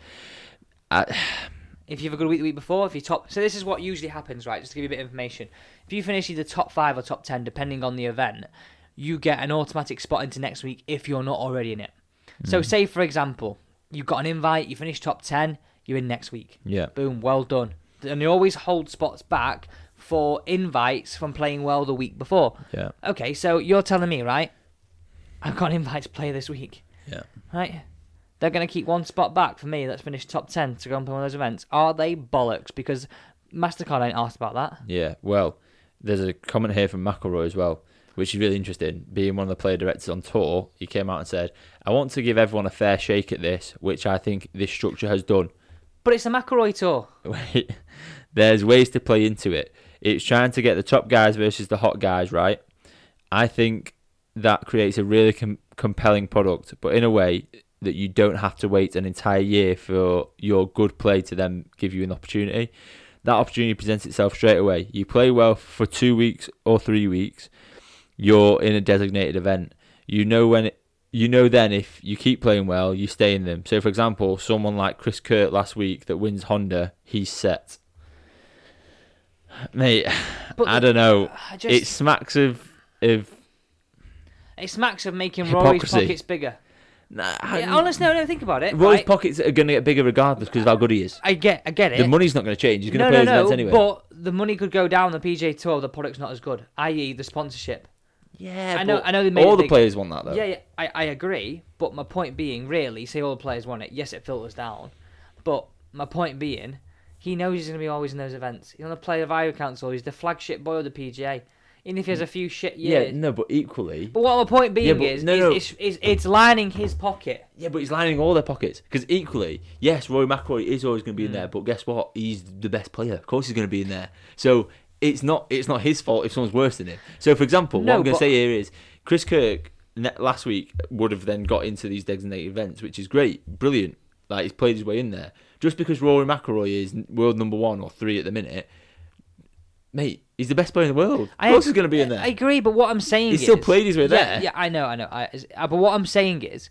If you have a good week the week before, if you top. So, this is what usually happens, right? Just to give you a bit of information. If you finish either top five or top 10, depending on the event, you get an automatic spot into next week if you're not already in it. So, say, for example, you've got an invite, you finish top 10, you're in next week.
Yeah.
Boom, well done. And they always hold spots back for invites from playing well the week before.
Yeah.
Okay, so you're telling me, right? I've got an invite to play this week,
Yeah.
right? They're going to keep one spot back for me that's finished top 10 to go and play one of those events. Are they bollocks? Because MasterCard ain't asked about that.
Yeah. Well, there's a comment here from McElroy as well, which is really interesting. Being one of the player directors on tour, he came out and said, I want to give everyone a fair shake at this, which I think this structure has done.
But it's a McElroy tour.
*laughs* Wait, there's ways to play into it. It's trying to get the top guys versus the hot guys, right? I think that creates a really com- compelling product, but in a way, that you don't have to wait an entire year for your good play to then give you an opportunity. That opportunity presents itself straight away. You play well for two weeks or three weeks, you're in a designated event. You know when it, you know then if you keep playing well, you stay in them. So for example, someone like Chris Kurt last week that wins Honda, he's set. Mate,
But
I don't know.
I *sighs* just,
It
it's
smacks of of
it smacks of making Rory's
Hypocrisy.
pockets bigger.
nah,
Yeah, honestly, no, no, think about it.
Roy's
right?
pockets are going to get bigger regardless because of how good he is.
I get, I get it.
The money's not going to change. He's going to
no,
play
no,
his
no.
events anyway.
But the money could go down the PJ Tour. The product's not as good, i.e., the sponsorship.
yeah,
I know- I know they made
all
it
the
big.
players want that though.
Yeah, yeah, I, I agree. But my point being, really, say all the players want it. Yes, it filters down. But my point being, he knows he's going to be always in those events. He's on the player value council. He's the flagship boy of the PGA. Even if he has a few shit
Yeah,
years.
no, but equally,
But what my point being
Yeah, but-
is,
no,
is,
no.
Is, is, it's lining his pocket.
yeah, but he's lining all their pockets because equally, yes, Roy McIlroy is always going to be
Hmm.
in there, but guess what? He's the best player. Of course, he's going to be in there. So it's not it's not his fault if someone's worse than him. So for example, what
No,
I'm going
but-
to say here is Chris Kirk ne- last week would have then got into these designated events, which is great, brilliant. Like he's played his way in there. Just because Rory McIlroy is world number one or three at the minute, mate, he's the best player in the world. Of course, he's going to be in there.
I agree, but what I'm saying
He
is.
still played his way
yeah,
there.
Yeah, I know, I know. I, is- uh, but what I'm saying is,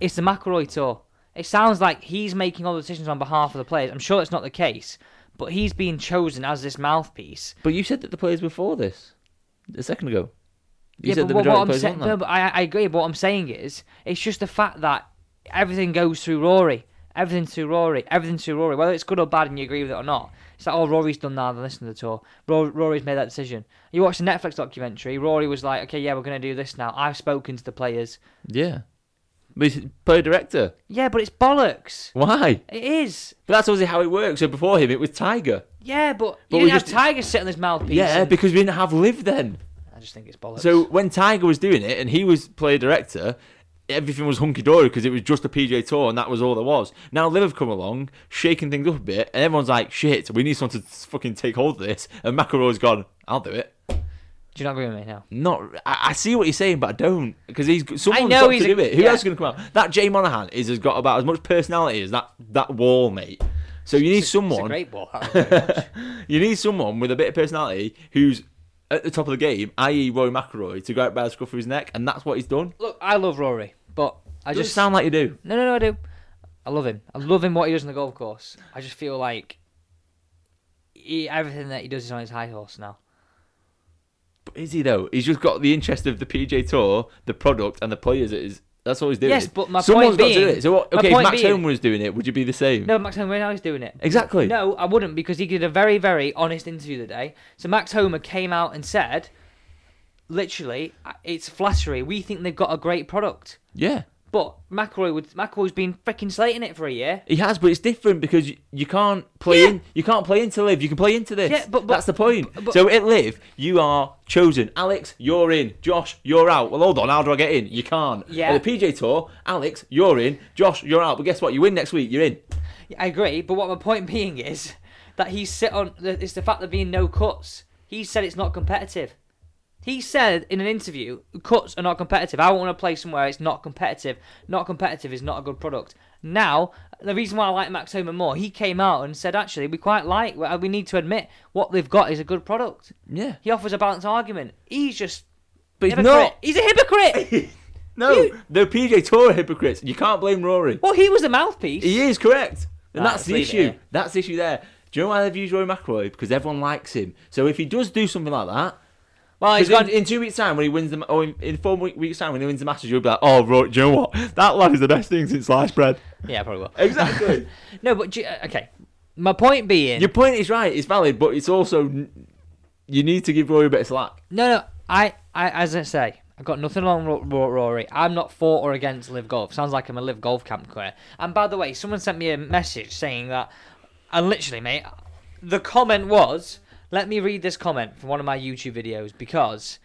it's the McElroy tour. It sounds like he's making all the decisions on behalf of the players. I'm sure that's not the case, but he's being chosen as this mouthpiece.
But you said that the players were for this a second ago. You
yeah,
said
but
the
what,
majority
what
of
I'm
players
saying,
want that.
no, but I, I agree. But what I'm saying is, it's just the fact that everything goes through Rory. Everything's through Rory. Everything's through Rory. Whether it's good or bad, and you agree with it or not, it's like, oh, Rory's done that. Then listen to the tour. Ro- Rory's made that decision. You watch the Netflix documentary. Rory was like, okay, yeah, we're gonna do this now. I've spoken to the players.
Yeah. But he's player director.
Yeah, but it's bollocks.
Why?
It is.
But that's obviously how it works. So before him, it was Tiger. um,
Yeah, but, you
But we
didn't have
just-
Tiger sit on this mouthpiece.
Yeah,
and-
because we didn't have Live then.
I just think it's bollocks.
So when Tiger was doing it and he was player director, everything was hunky dory because it was just a PJ Tour and that was all there was. Now Live have come along, shaking things up a bit, and everyone's like, "Shit, we need someone to fucking take hold of this." And McElroy's gone, "I'll do it."
do you not agree with me now?
Not, I, I see what you're saying, but I don't because he's someone's
know
got
he's
to
a-
do it. Who
yeah.
else is going to come out? That Jay Monahan is has got about as much personality as that that wall, mate. So you need
It's a- It's a
someone,
great
*laughs*
ball. I don't know.
you need someone with a bit of personality who's at the top of the game, i.e., Roy McIlroy, to go out by the scruff of his neck, and that's what he's done.
Look, I love Rory, but I
It
just
just sound like you do.
no, no, no. I do. I love him. I love him what he does on the golf course. I just feel like he, everything that he does is on his high horse now.
But is he though? He's just got the interest of the PJ Tour, the product, and the players. That is that's all he's doing.
Yes, but my
someone's
point
got to do
being-
it. So what,
my
okay, if
point
Max
being-
Homer was doing it, would you be the same?
No, Max Homer now is doing it.
Exactly.
No, I wouldn't because he did a very, very honest interview the day. So Max Homer came out and said, literally, uh, it's flattery. We think they've got a great product.
Yeah.
But McElroy would McElroy's been freaking slating it for a year.
He has, but it's different because you, you can't play
Yeah.
in. You can't play into live. You can play into this.
Yeah, but- but-
that's the point.
but- but-
so at live, you are chosen. Alex, you're in. Josh, you're out. Well, hold on. How do I get in? You can't.
Yeah.
At the PJ Tour, Alex, you're in. Josh, you're out. But guess what? You win next week. You're in.
I agree, but what my point being is that he sit on it's the fact there being no cuts. He said it's not competitive. He said in an interview, cuts are not competitive. I want to play somewhere it's not competitive. Not competitive is not a good product. Now, the reason why I like Max Homer more, he came out and said, actually, we quite like, we need to admit what they've got is a good product.
Yeah.
He offers a balanced argument. He's just.
But he's
hypocrite.
not.
He's a
*laughs*
hypocrite!
No, the PJ Tour are hypocrites. You can't blame Rory.
well, he was the mouthpiece.
He is correct, and
Right,
that's
let's
the
leave it
issue.
here.
That's the issue there. Do you know why they've used Roy McIlroy? Because everyone likes him. So if he does do something like that,
well, Oh, he's
Because
gone.
*laughs* in, in two weeks' time, when he wins the, or in, in four week, weeks' time, when he wins the Masters, you'll be like, "Oh, bro, do you know what? That lad is the best thing since sliced bread."
yeah, probably will.
Exactly.
No, but do you- okay. My point being,
*laughs* Your point is right; it's valid, but it's also n- you need to give Rory a bit of slack. *laughs*
no, no. I, I, as I say, I've got nothing on Ro- Ro- Rory. I'm not for or against live golf. Sounds like I'm a live golf camp career. And by the way, someone sent me a message saying that, and literally, mate, the comment was, "Let me read this comment from one of my YouTube videos because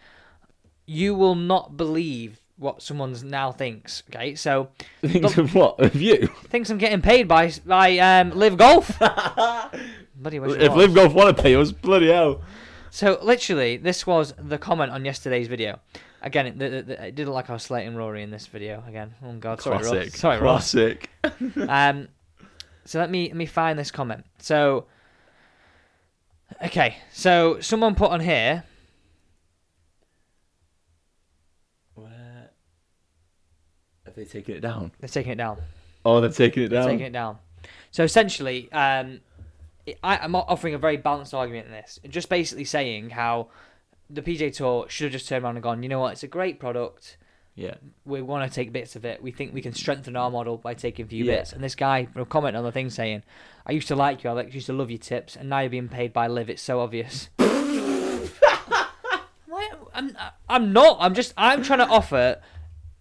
you will not believe what someone's now thinks." Okay, so
Things of what of you?
thinks I'm getting paid by by um, live golf. Bloody wish I
if
was.
Live Golf want to pay us, bloody hell!
So literally, this was the comment on yesterday's video. Again, it, the, the, it didn't like how Slate and Rory in this video. Again, oh god, sorry,
Classic.
Ross. Sorry, Ross.
Classic.
*laughs* um, so let me let me find this comment. So, okay, so someone put on here.
Where have they taken it down?
They're taking it down.
Oh, they've taken it
They're
down.
taking it down. So essentially, um, it- I, I'm offering a very balanced argument in this. Just basically saying how the PJ Tour should have just turned around and gone. You know what? It's a great product.
Yeah.
we want to take bits of it. We think we can strengthen our model by taking a few
Yeah.
bits. And this guy will comment on the thing saying, I used to like you, Alex, used to love your tips, and now you're being paid by Liv. It's so
*laughs*
obvious. Why- I'm, uh, I'm not. I'm just, I'm trying to offer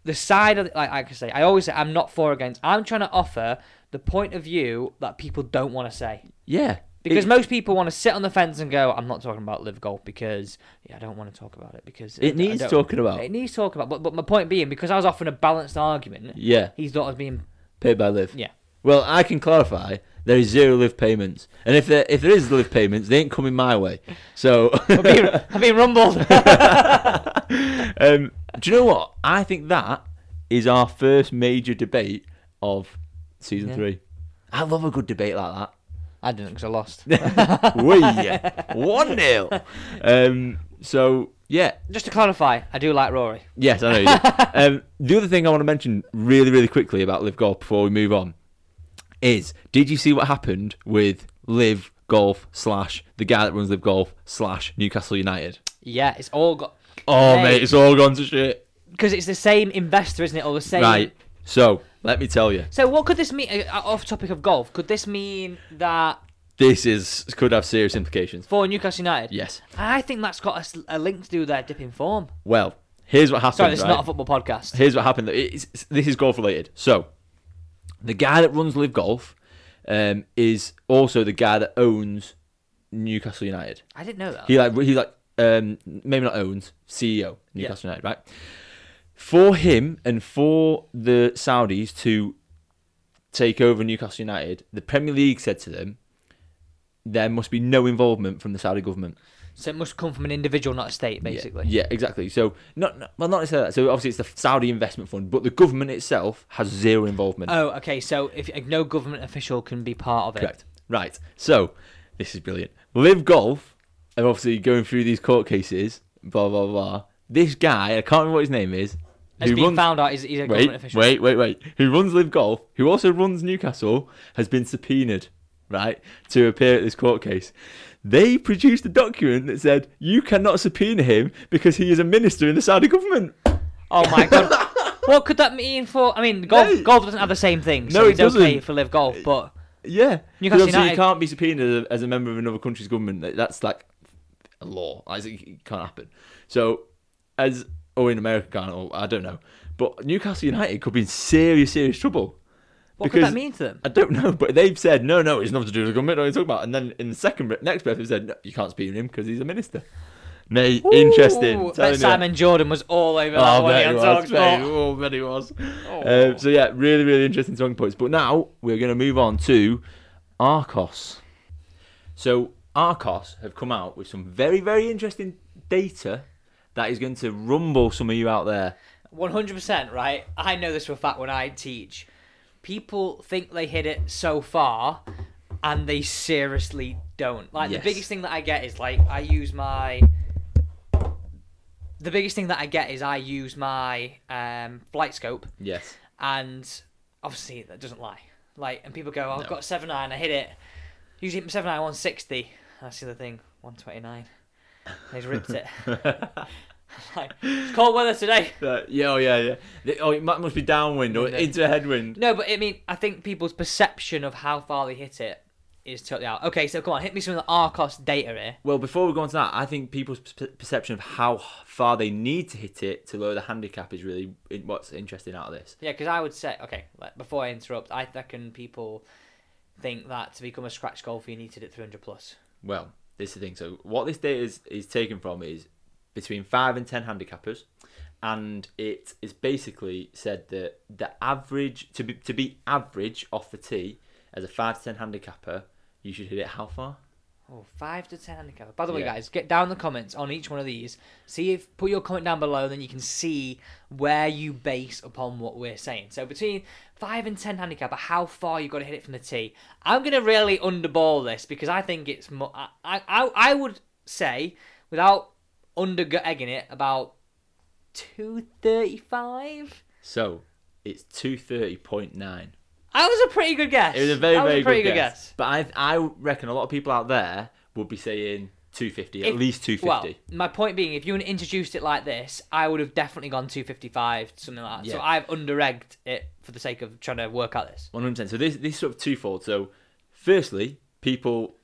the side of, like, like I say, I always say I'm not for or against. I'm trying to offer the point of view that people don't want to say.
Yeah.
Because
it,
most people want to sit on the fence and go, I'm not talking about live golf because yeah, I don't want to talk about it because uh, I- I
it needs
don't-
talking about.
it needs talk about. But, but my point being, because I was offering a balanced argument,
yeah.
he's not as being.
Paid by Live. *laughs*
Yeah.
Well, I can clarify. There is zero live payments, and if there if there is live payments, they ain't coming my way. So, *laughs*
I'm being, I'm being rumbled.
um, do you know what? I think that is our first major debate of season
Yeah.
three. I love a good debate like that.
I didn't because I lost.
we *laughs* one nil. Um, so yeah,
Just to clarify, I do like Rory.
yes, I know. You
*laughs*
do. um, the other thing I want to mention really, really quickly about Live Golf before we move on is: Did you see what happened with Live Golf slash the guy that runs Live Golf slash Newcastle United?
Yeah, it's all got
Oh
Mate.
mate, it's all gone to shit.
because it's the same investor, isn't it? Or the same.
Right. So let me tell you,
So what could this mean? Uh, off topic of golf, could this mean that
this is could have serious implications.
for Newcastle United?
Yes.
I think that's got a s- a, link to do with their dip in form.
Well, here's what happened.
Sorry, this is
right?
not a football podcast.
Here's what happened. It's, it's- this is golf related. So, the guy that runs Live Golf um, is also the guy that owns Newcastle United.
I didn't know that.
He like he like um, maybe not owns CEO Newcastle United, right? For him and for the Saudis to take over Newcastle United, the Premier League said to them, there must be no involvement from the Saudi government.
So it must come from an individual, not a state,
Yeah,
basically.
Yeah, exactly. So not not- well, not necessarily that. So obviously it's the Saudi investment fund, but the government itself has zero involvement.
Oh, okay. So if if no government official can be part of it,
Correct. Right. So this is brilliant. Live Golf are obviously going through these court cases. Blah blah blah. This guy, I can't remember what his name is.
has
who
been
runs-
found out he's, he's a
wait,
government official.
wait, wait, wait. Who runs Live Golf? Who also runs Newcastle has been subpoenaed, right, to appear at this court case. They produced a document that said you cannot subpoena him because he is a minister in the Saudi government.
Oh my god. *laughs* what could that mean for? I mean, golf
Mate.
golf doesn't have the same thing. So
No, it
it's okay
doesn't.
for live golf, but
Yeah,
Newcastle
because obviously
United-
you can't be subpoenaed as a, as a member of another country's government. That- That's like a law. Like, It can't happen. So, as or in America, can't or I don't know. But Newcastle United could be in serious, serious trouble.
what could that
Because-
mean to them?
I don't know, but they've said no, no, it's nothing to do with the government. What are you talking about? And then in the second bre- next breath, they said no, you can't speak him because he's a minister. Mate, interesting.
Ooh,
Telling
bet
you.
Simon Jordan was all over that
Oh,
one
bet he
on
was. Mate.
TalkSport.
Oh, bet he was.
Oh.
Um, so yeah, really, really interesting talking points. But now we're going to move on to Arcos. So Arcos have come out with some very, very interesting data that is going to rumble some of you out there.
*laughs* One hundred percent, right? I know this for a fact when I teach. People think they hit it so far, and they seriously don't. Like
Yes.
the biggest thing that I get is like I use my. The biggest thing that I get is I use my um, flight scope,
Yes.
and obviously that doesn't lie. Like, and people go, "Oh,
No.
"I've got seven nine, I hit it." Usually hit seven nine one sixty. That's the other thing, one twenty nine. They've ripped it. *laughs* like, it's cold weather today.
Uh, yeah, oh, yeah, yeah. They- Oh, it mu- must be downwind or
Yeah.
into a headwind.
No, but I mean, I think people's perception of how far they hit it is totally out. Okay, so come on, hit me some of the Arcos data here.
Well, before we go on to that, I think people's per- perception of how far they need to hit it to lower the handicap is really in- what's interesting out of this.
Yeah, because I would say, okay, like, before I interrupt, I reckon people think that to become a scratch golfer, you need to hit 300 plus.
Well, this is the thing. So what this data is, is taken from is between five and ten handicappers, and it is basically said that the average to be to be average off the tee as a five to ten handicapper, you should hit it how far?
Oh, five to ten handicap. By the way,
Yeah.
guys, get down the comments on each one of these. See if put your comment down below, then you can see where you base upon what we're saying. So between five and ten handicap, how far you got to hit it from the tee. I'm gonna really underball this because I think it's. Mo- I, I I I would say without under egging it about two thirty five.
So it's two thirty point nine.
That was a pretty good guess.
It was a very,
that was
very
a pretty
good, guess. But I, I reckon a lot of people out there would be saying 250, at
If-
least 250.
Well, my point being, if you had introduced it like this, I would have definitely gone 255, something like that. So
Yeah.
I've under-egged it for the sake of trying to work out this.
100%. So this, this sort of twofold. So, firstly, people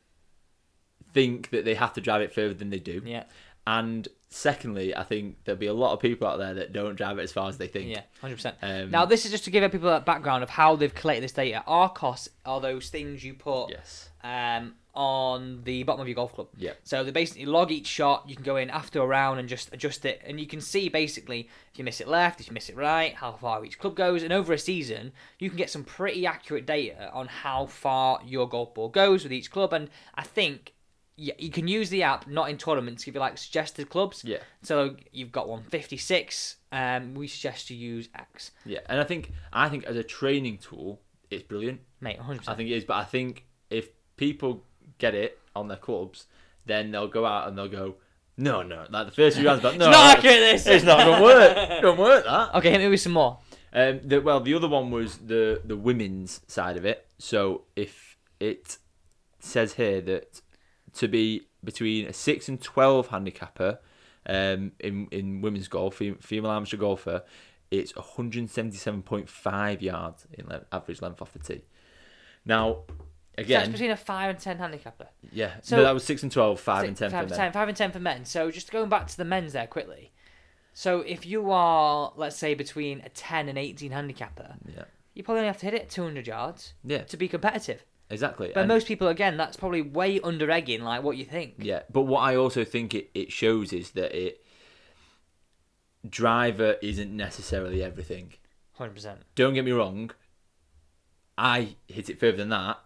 think that they have to drive it further than they do.
Yeah,
And secondly, I think there'll be a lot of people out there that don't drive it as far as they think.
yeah, 100%.
Um,
now, this is just to give people a background of how they've collected this data. Our costs are those things you put
Yes.
um, on the bottom of your golf club.
Yeah.
So they basically log each shot. You can go in after a round and just adjust it, and you can see basically if you miss it left, if you miss it right, how far each club goes, and over a season you can get some pretty accurate data on how far your golf ball goes with each club. And I think yeah, you can use the app not in tournaments, give you like suggested clubs.
Yeah.
So you've got one fifty six. Um, we suggest you use X,
Yeah. And I think, I think as a training tool, it's brilliant.
mate. One hundred percent.
I think it is, but I think if people get it on their clubs, then they'll go out and they'll go, no, no, like the first few rounds, but no,
not accurate, this.
*laughs*
*laughs*
it's not gonna work, gonna work that.
Okay, hit me with some more.
Um, the, well, the other one was the the women's side of it. So if it says here that to be between a six and twelve handicapper um, in in women's golf, fem- female amateur golfer, it's one hundred seventy seven point five yards in le- average length off the tee. Now,
So That's
again,
between a five and ten handicapper.
yeah.
So-
no, that was six and 12, 5
Six-
and
five
ten for men.
and 10, five and 10 for men. So just going back to the men's there quickly. So if you are, let's say, between a 10 and 18 handicapper,
Yeah,
you probably only have to hit it 200 yards
yeah,
to be competitive.
exactly.
But
And-
most people, again, that's probably way under egging, like what you think.
yeah, but what I also think it, it shows is that it driver isn't necessarily everything.
100%.
Don't get me wrong. I hit it further than that,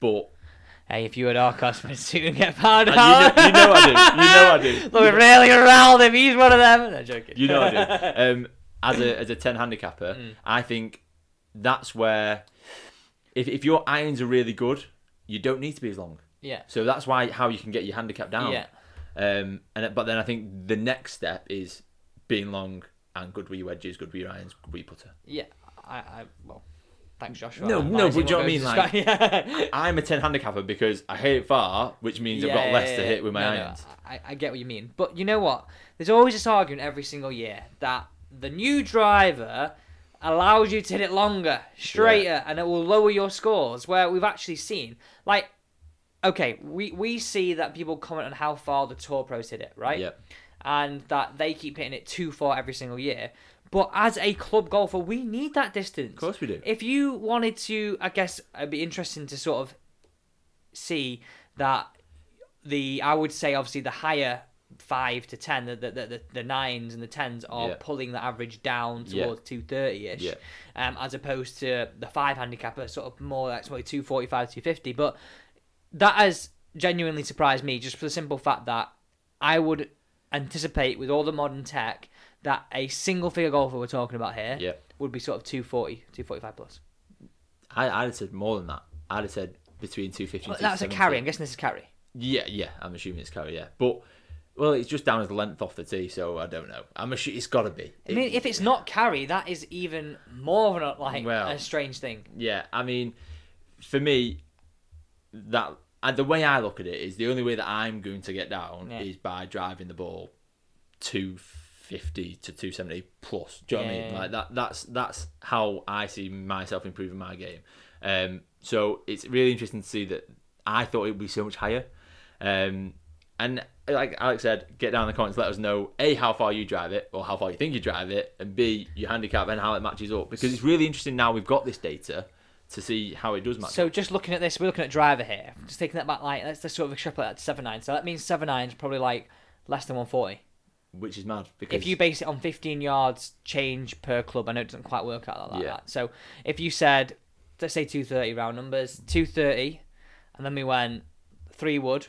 but
Hey, if *laughs* you had our customer, soon and get found
and you,
out. *laughs*
know, you know I do. You know I do.
Look, we really around him. He's one of them. No, joking.
You know I do. Um, as a as a ten handicapper,
Mm.
I think that's where if if your irons are really good, you don't need to be as long.
*laughs* Yeah.
So that's why how you can get your handicap down.
Yeah.
Um, and but then I think the next step is being long and good with your wedges, good with your irons, good with your putter.
Yeah. I, I well, thanks, Joshua.
No,
That
no,
reminds
but do you know
of *laughs* goes
what
to Scott. Yeah.
I'm a ten handicapper because I hit it far, which means I've got less to hit with my
No, no,
irons.
I, I get what you mean. But you know what? There's always this argument every single year that the new driver allows you to hit it longer, straighter, and it will lower your scores. Where we've actually seen, like, okay, we, we see that people comment on how far the Tour Pros hit it, right?
Yep.
And that they keep hitting it too far every single year. But as a club golfer, we need that distance. Of
course we do.
If you wanted to, I guess it'd be interesting to sort of see that the I would say obviously the higher five to ten, the the, the, the nines and the tens are
Yeah.
pulling the average down
Yeah.
towards two thirty ish,
Yeah.
um, as opposed to the five handicapper sort of more like sort of two forty five, two fifty. But that has genuinely surprised me just for the simple fact that I would anticipate with all the modern tech that a single figure golfer we're talking about here
Yeah.
would be sort of 240, 245 plus.
I, I'd have said more than that. I'd have said between two fifty.
Well, that's a carry. I'm guessing this is carry.
Yeah, yeah. I'm assuming it's carry. Yeah, but well, it's just down as length off the tee, so I don't know. I'm assu- it's got to be.
I mean, if it's not carry, that is even more of a, like
Well.
a strange thing.
yeah, I mean, for me, that and the way I look at it is the only way that I'm going to get down
Yeah.
is by driving the ball two fifty to two seventy plus. Do you know what I mean?
Yeah.
Like that. That's that's how I see myself improving my game. Um, so it's really interesting to see that I thought it would be so much higher. Um, and like Alex said, get down in the comments, let us know a how far you drive it or how far you think you drive it, and b your handicap and how it matches up because it's really interesting now we've got this data to see how it does match.
So just looking at this, we're looking at driver here. Just taking that back, like let's just sort of extrapolate that to seven nine. So that means seven nine is probably like less than one forty.
which is mad because
If you base it on fifteen yards change per club, I know it doesn't quite work out like
Yeah.
that. So if you said, let's say two thirty round numbers, two thirty, and then we went three wood,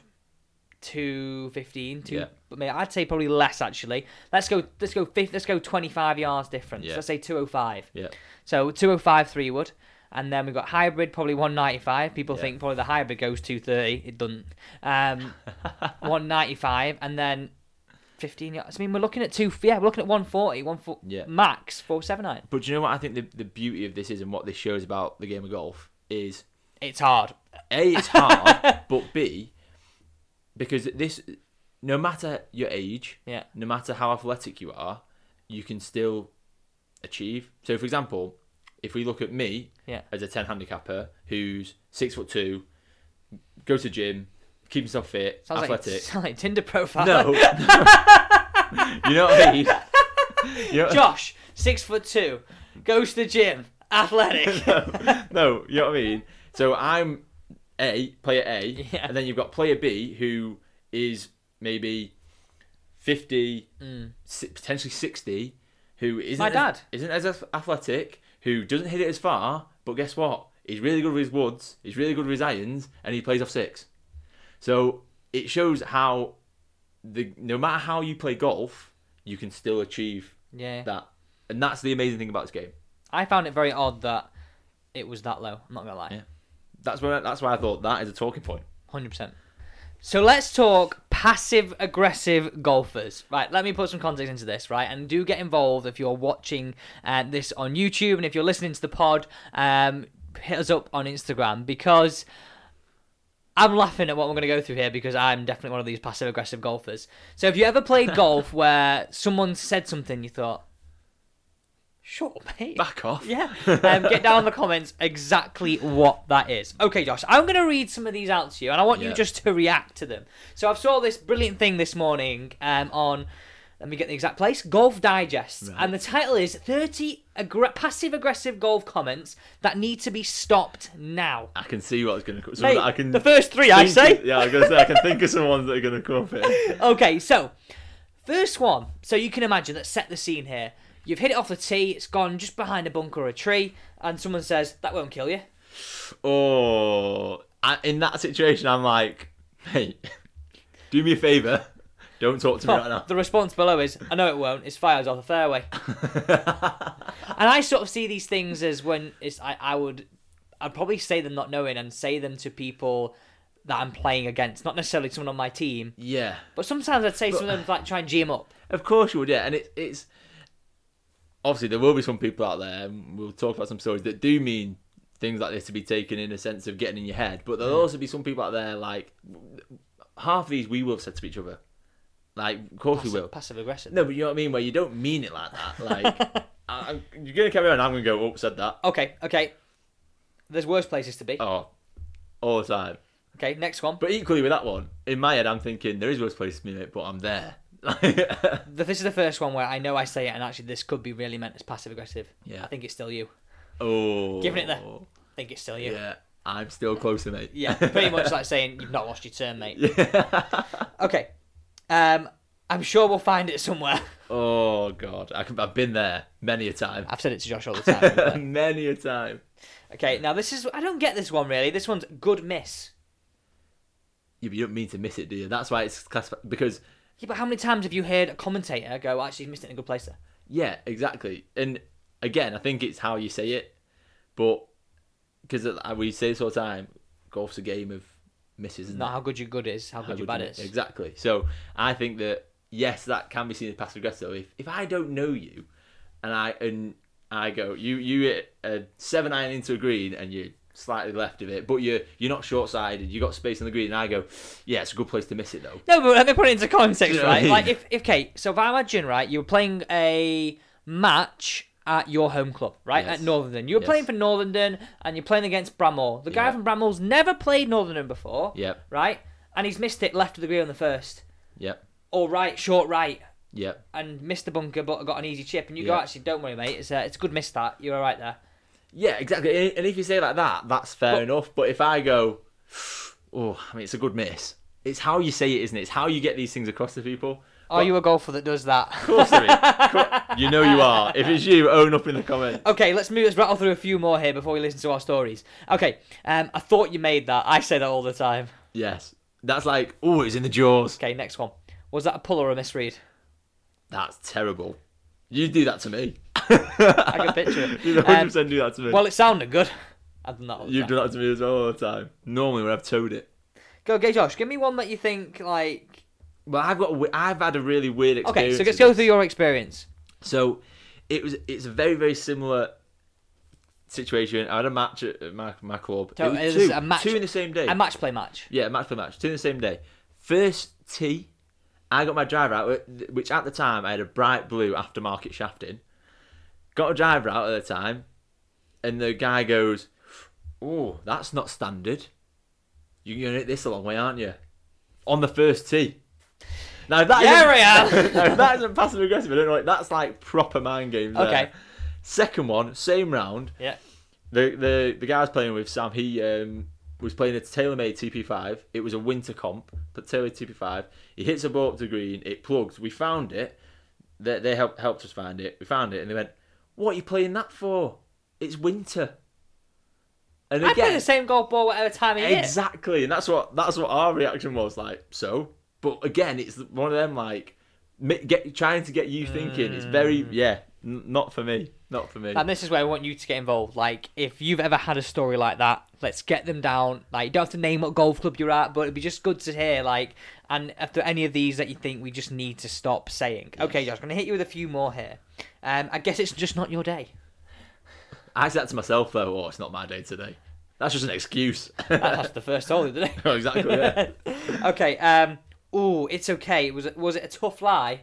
215, two,
Yeah.
but maybe I'd say probably less actually. Let's go. Let's go. Fifth, let's go 25 yards difference.
Yeah.
Let's say 205.
Yeah.
So 205 three wood, and then we've got hybrid probably 195. People
Yeah.
think probably the hybrid goes 230. It doesn't.
*laughs*
Um, 195, and then 15 yards. I mean, we're looking at two. Yeah, we're looking at 140, 140
Yeah.
max 479.
But do you know what I think the, the beauty of this is and what this shows about the game of golf is
It's hard.
A,
*laughs*
it's hard, but B, because this, no matter your age,
Yeah.
no matter how athletic you are, you can still achieve. So, for example, if we look at me
Yeah.
as a 10 handicapper who's six foot two, goes to gym, keeps himself fit,
Sounds like
athletic.
*laughs* sounds like Tinder profile.
no, *laughs* no. you know what I mean? You know-
*laughs* Josh, six foot two, goes to the gym, athletic.
*laughs* no, you know what I mean. So I'm A player A,
Yeah.
and then you've got player B who is maybe fifty, si- potentially sixty, who isn't
Hmm. My
as-
dad.
isn't as ath- athletic, who doesn't hit it as far, but guess what? He's really good with his woods, he's really good with his irons, and he plays off six. So it shows how the no matter how you play golf, you can still achieve
yeah.
that, and that's the amazing thing about this game.
I found it very odd that it was that low. I'm not gonna lie.
Yeah. That's why that's why I thought that is a talking point.
Hundred percent. So let's talk passive aggressive golfers. Right, let me put some context into this, right? And do get involved if you're watching uh, this on YouTube and if you're listening to the pod, um, hit us up on Instagram because I'm laughing at what we're going to go through here because I'm definitely one of these passive aggressive golfers. So have you ever played golf where someone said something you thought, shut up, mate?
Back off.
Yeah. Um, get down in the comments exactly what that is. Okay, Josh, I'm going to read some of these out to you, and I want you
Yeah.
just to react to them. So I've saw this brilliant thing this morning um, on. Let me get the exact place. Golf Digest, and the title is "30 aggra- Passive Aggressive Golf Comments That Need to Be Stopped Now."
I can see what's going to come.
Mate,
I can
the first three I
think
say.
of- yeah, I was going to say I can think of some ones that are going to come up here.
*laughs* okay, so first one. So you can imagine that set the scene here. You've hit it off the tee. It's gone just behind a bunk or a tree, and someone says that won't kill you.
Oh, I, in that situation, I'm like, hey, do me a favour, don't talk to me
Oh,
right now.
The response below is, I know it won't. It's fires off the
*laughs*
fairway. and I sort of see these things as when it's I, I would I'd probably say them not knowing and say them to people that I'm playing against, not necessarily someone on my team,
Yeah,
but sometimes I'd say something like try and G 'em up.
of course you would. Yeah, and it's it's obviously there will be some people out there, and we'll talk about some stories that do mean things like this to be taken in a sense of getting in your head. But there'll also be some people out there like half of these we will have said to each other. Like, of course we will.
Passive, passive aggressive.
No, but you know what I mean, where you don't mean it like that. Like, I, I'm- you're gonna carry on. I'm gonna go. Oh, said that.
Okay, okay. There's worse places to be.
Oh, all the time.
Okay, next one.
But equally with that one, in my head, I'm thinking there is worse place to be, mate, but I'm there. *laughs*
Th- This is the first one where I know I say it, and actually this could be really meant as passive aggressive.
Yeah.
I think it's still you.
oh,
Giving it there. I think it's still you.
Yeah, I'm still closer, mate.
Yeah,
*laughs*
pretty much like saying you've not lost your turn, mate.
Yeah.
Okay, um, I'm sure we'll find it somewhere.
*laughs* oh God, I can, I've been there many a time.
*laughs* I've said it to Josh all the
*laughs*
time. but-
many a time.
*laughs* okay, now this is I don't get this one really. This one's good miss.
Yeah, but you don't mean to miss it, do you? That's why it's classified because
Yeah, but how many times have you heard a commentator go, "Actually, you missed it in a good place there."
Yeah, exactly. And again, I think it's how you say it, but because we say this all the time, golf's a game of misses, isn't
Not
it?
how good your good is, how,
How
good your
good
bad
you-
is.
Exactly. So I think that yes, that can be seen as passive aggressive. If if I don't know you, and I and I go, you you hit a seven iron into a green, and you. are Slightly left of it, but you're you're not short sided. You got space on the green, and I go, yeah, it's a good place to miss it though.
No, but let me put it into context,
Do you know what I
right? *laughs*
mean?
Like if, if okay, so if I imagine right, you were playing a match at your home club, right?
Yes.
At Northern. You were
Yes.
playing for Northern and you're playing against Bramall. The guy
Yeah.
from Bramall's never played Northern before.
Yep.
Right? And he's missed it left of the green on the first.
Yep,
Or Oh, right, short right.
yep,
And missed the bunker, but got an easy chip. And you go,
Yeah.
actually, don't worry, mate. It's a, it's a good miss that. You're all right there.
Yeah, exactly. And- And if you say like that, that's fair
But-
enough. But if I go, oh, I mean, it's a good miss. It's how you say it, isn't it? It's how you get these things across to people.
Are you a golfer that does
*laughs*
that?
Of
*laughs*
course there is. Of cour- you know you are. If it's you, own up in the comments.
Okay, let's move. Let's rattle through a few more here before we listen to our stories. Okay, um, I thought you made that. I say that all the time.
Yes. That's like, oh, it's in the jaws.
Okay, next one. Was that a pull or a misread?
That's terrible. You do that to me.
*laughs* I can picture
*laughs* You
it. Um,
100% do that to me.
well, it sounded good. *laughs* I've done that all the
You've
time.
done that to me as well all the time. Normally, when I've towed it.
Go, okay, Josh. Give me one that you think like.
Well, I've got. a we- I've had a really weird
Okay, so
experience.
let's
with
go
this.
through your experience.
So, it was. It's a very very similar situation. I had a match at at my, my club.
So
it was
it
two,
was a match-
two in the same day.
A match play match.
Yeah, match for match. Two in the same day. First tee, I got my driver out, wh- which at the time I had a bright blue aftermarket shaft in. Got a driver out at the time, and the guy goes, Oh, that's not standard. You're going to hit this a long way, aren't you? On the first tee. Now, if that
Yeah,
isn't- *laughs* now, if that isn't passive aggressive, I don't know. what- That's like proper mind games. there.
Okay.
Second one, same round.
Yeah.
The the the guy I was playing with Sam, he um, was playing a TaylorMade TP5. It was a winter comp, but TaylorMade TP5. He hits a ball up to green. It plugs. We found it. They they helped helped us find it. We found it, and they went, "What are you playing that for? It's winter." And
I play
again,
the same golf ball whatever time it is.
exactly, and that's what that's what our reaction was like. So, but again, it's one of them like mi- get trying to get you thinking. It's very yeah, n- not for me, not for me.
And this is where I want you to get involved. Like, if you've ever had a story like that, let's get them down. Like, you don't have to name what golf club you're at, but it'd be just good to hear. Like, and if there are any of these that you think we just need to stop saying. Okay, Josh, I'm gonna hit you with a few more here. Um, I guess it's just not your day.
I said that to myself though, oh, it's not my day today. That's just an excuse. *laughs*
That- That's the first hole of the day.
Oh, exactly. Yeah.
*laughs* okay. Um. Ooh, it's okay. Was it was it a tough lie?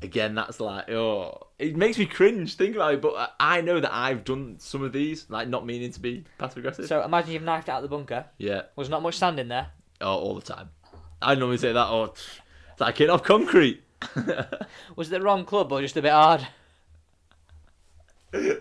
Again, that's like, oh, it makes me cringe thinking about it. But I- I know that I've done some of these, like not meaning to be passive aggressive.
So imagine you've knifed it out of the bunker.
yeah,
Was not much sand in there.
oh, all the time. I normally say that. Oh, it's like hitting off concrete. *laughs*
Was it the wrong club or just a bit hard?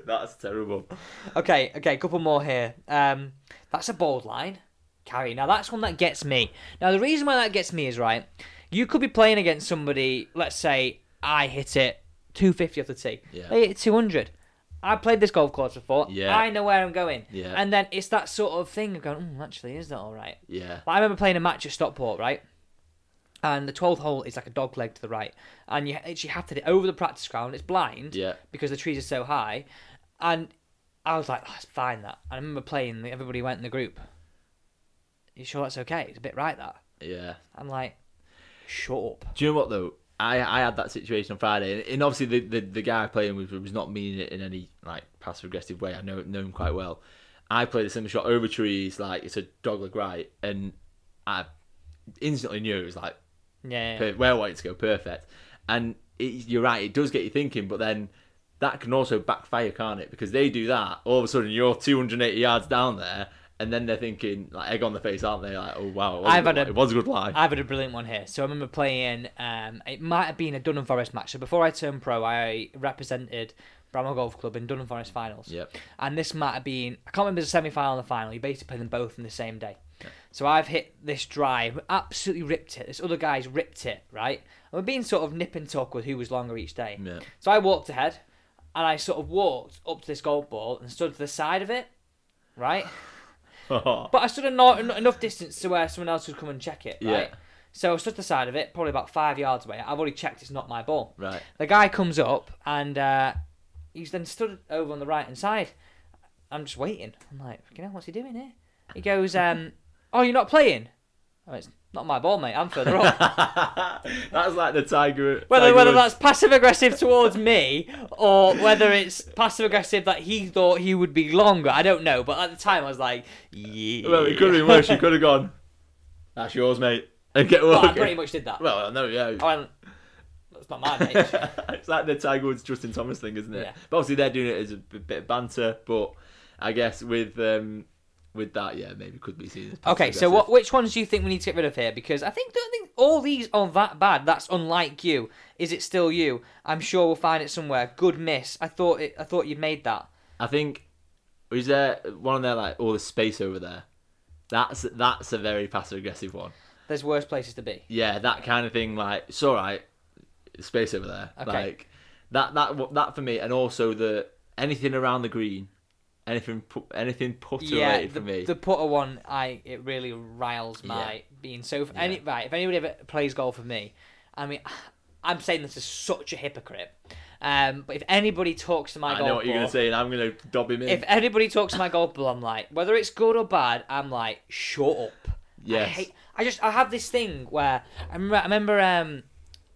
that's terrible.
Okay, okay, couple more here. Um, that's a bold line, carry. Now that's one that gets me. Now the reason why that gets me is right. You could be playing against somebody. Let's say I hit it 250 off the tee.
Yeah.
They hit 200. I played this golf course before.
Yeah.
I know where I'm going.
Yeah.
And then it's that sort of thing of going. Mm, actually, is that all right?
Yeah,
Like, I remember playing a match at Stockport, right? And the 12th hole is like a dog leg to the right. And you actually hafted it over the practice ground. It's blind
Yeah.
because the trees are so high. And I was like, oh, it's fine that. I remember playing, everybody went in the group. You sure that's okay? It's a bit right that.
yeah.
I'm like, shut up.
Do you know what though? I I had that situation on Friday, and, and obviously the, the the guy playing with was not meaning it in any like passive aggressive way. I know know him quite well. I played a similar shot over trees, like it's a dogleg right, and I instantly knew it was like
Yeah.
per- where I wanted to go, perfect. And it, you're right, it does get you thinking, but then that can also backfire, can't it? Because they do that, all of a sudden you're 280 yards down there, and then they're thinking like egg on the face, aren't they? Like, oh wow, it was
I've
good
had a-
lie. it was a good lie.
I've had a brilliant one here. So I remember playing. Um, it might have been a Dunham Forest match. So before I turned pro, I represented Bramall Golf Club in Dunham Forest finals.
Yep.
And this might have been. I can't remember the semi final and the final. You basically play them both in the same day. So I've hit this drive, absolutely ripped it. This other guy's ripped it, right? And we're being sort of nip and tuck with who was longer each day.
*laughs* Yeah. *laughs*
So I walked ahead, and I sort of walked up to this golf ball and stood to the side of it, right? But I stood a no- en- enough distance to where someone else would come and check it, right?
Yeah.
So I stood to the side of it, probably about five yards away. I've already checked it's not my ball.
right.
The guy comes up and uh, he's then stood over on the right hand side. I'm just waiting. I'm like, you know, what's he doing here? He goes, um, oh, you're not playing? I went, it's not my ball, mate. I'm further up.
*laughs* that's like the tiger.
Whether,
Tiger
whether
Woods-
that's passive aggressive towards me or whether it's passive aggressive that he thought he would be longer, I don't know. But at the time, I was like, yeah.
well, it could have been worse.
*laughs*
You could have gone. That's yours, mate. And get
Well, I
walking.
pretty much did that.
*laughs* Well, I know, yeah.
I went, Oh, that's not my
*laughs*
mate.
it's like the Tiger Woods Justin Thomas thing, isn't it?
Yeah.
But obviously they're doing it as a b- bit of banter. But I guess with um, with that, yeah, maybe could be seen as
okay, so
passive-aggressive.
what? Which ones do you think we need to get rid of here? Because I think don't think all these are that bad. That's unlike you. Is it still you? I'm sure we'll find it somewhere. Good miss. I thought it. I thought you made that.
I think is there one on there like all the space over there? That's that's a very passive aggressive one.
There's worse places to be.
Yeah, that kind of thing. Like it's all right, there's space over there.
Okay.
Like that, that, that for me, and also the anything around the green anything pu- anything putter
yeah,
related
the,
for me.
the putter one, I it really riles my being so. If any right, if anybody ever plays golf with me, I mean, *sighs* I'm saying this is such a hypocrite. Um, but if anybody talks to my
I
golf
know what you're
ball,
gonna say, and I'm gonna dob him in.
if anybody talks to my golf ball, I'm like, whether it's good or bad, I'm like, shut up. I
Yes.
hate. I just I have this thing where I remember. I remember. Um,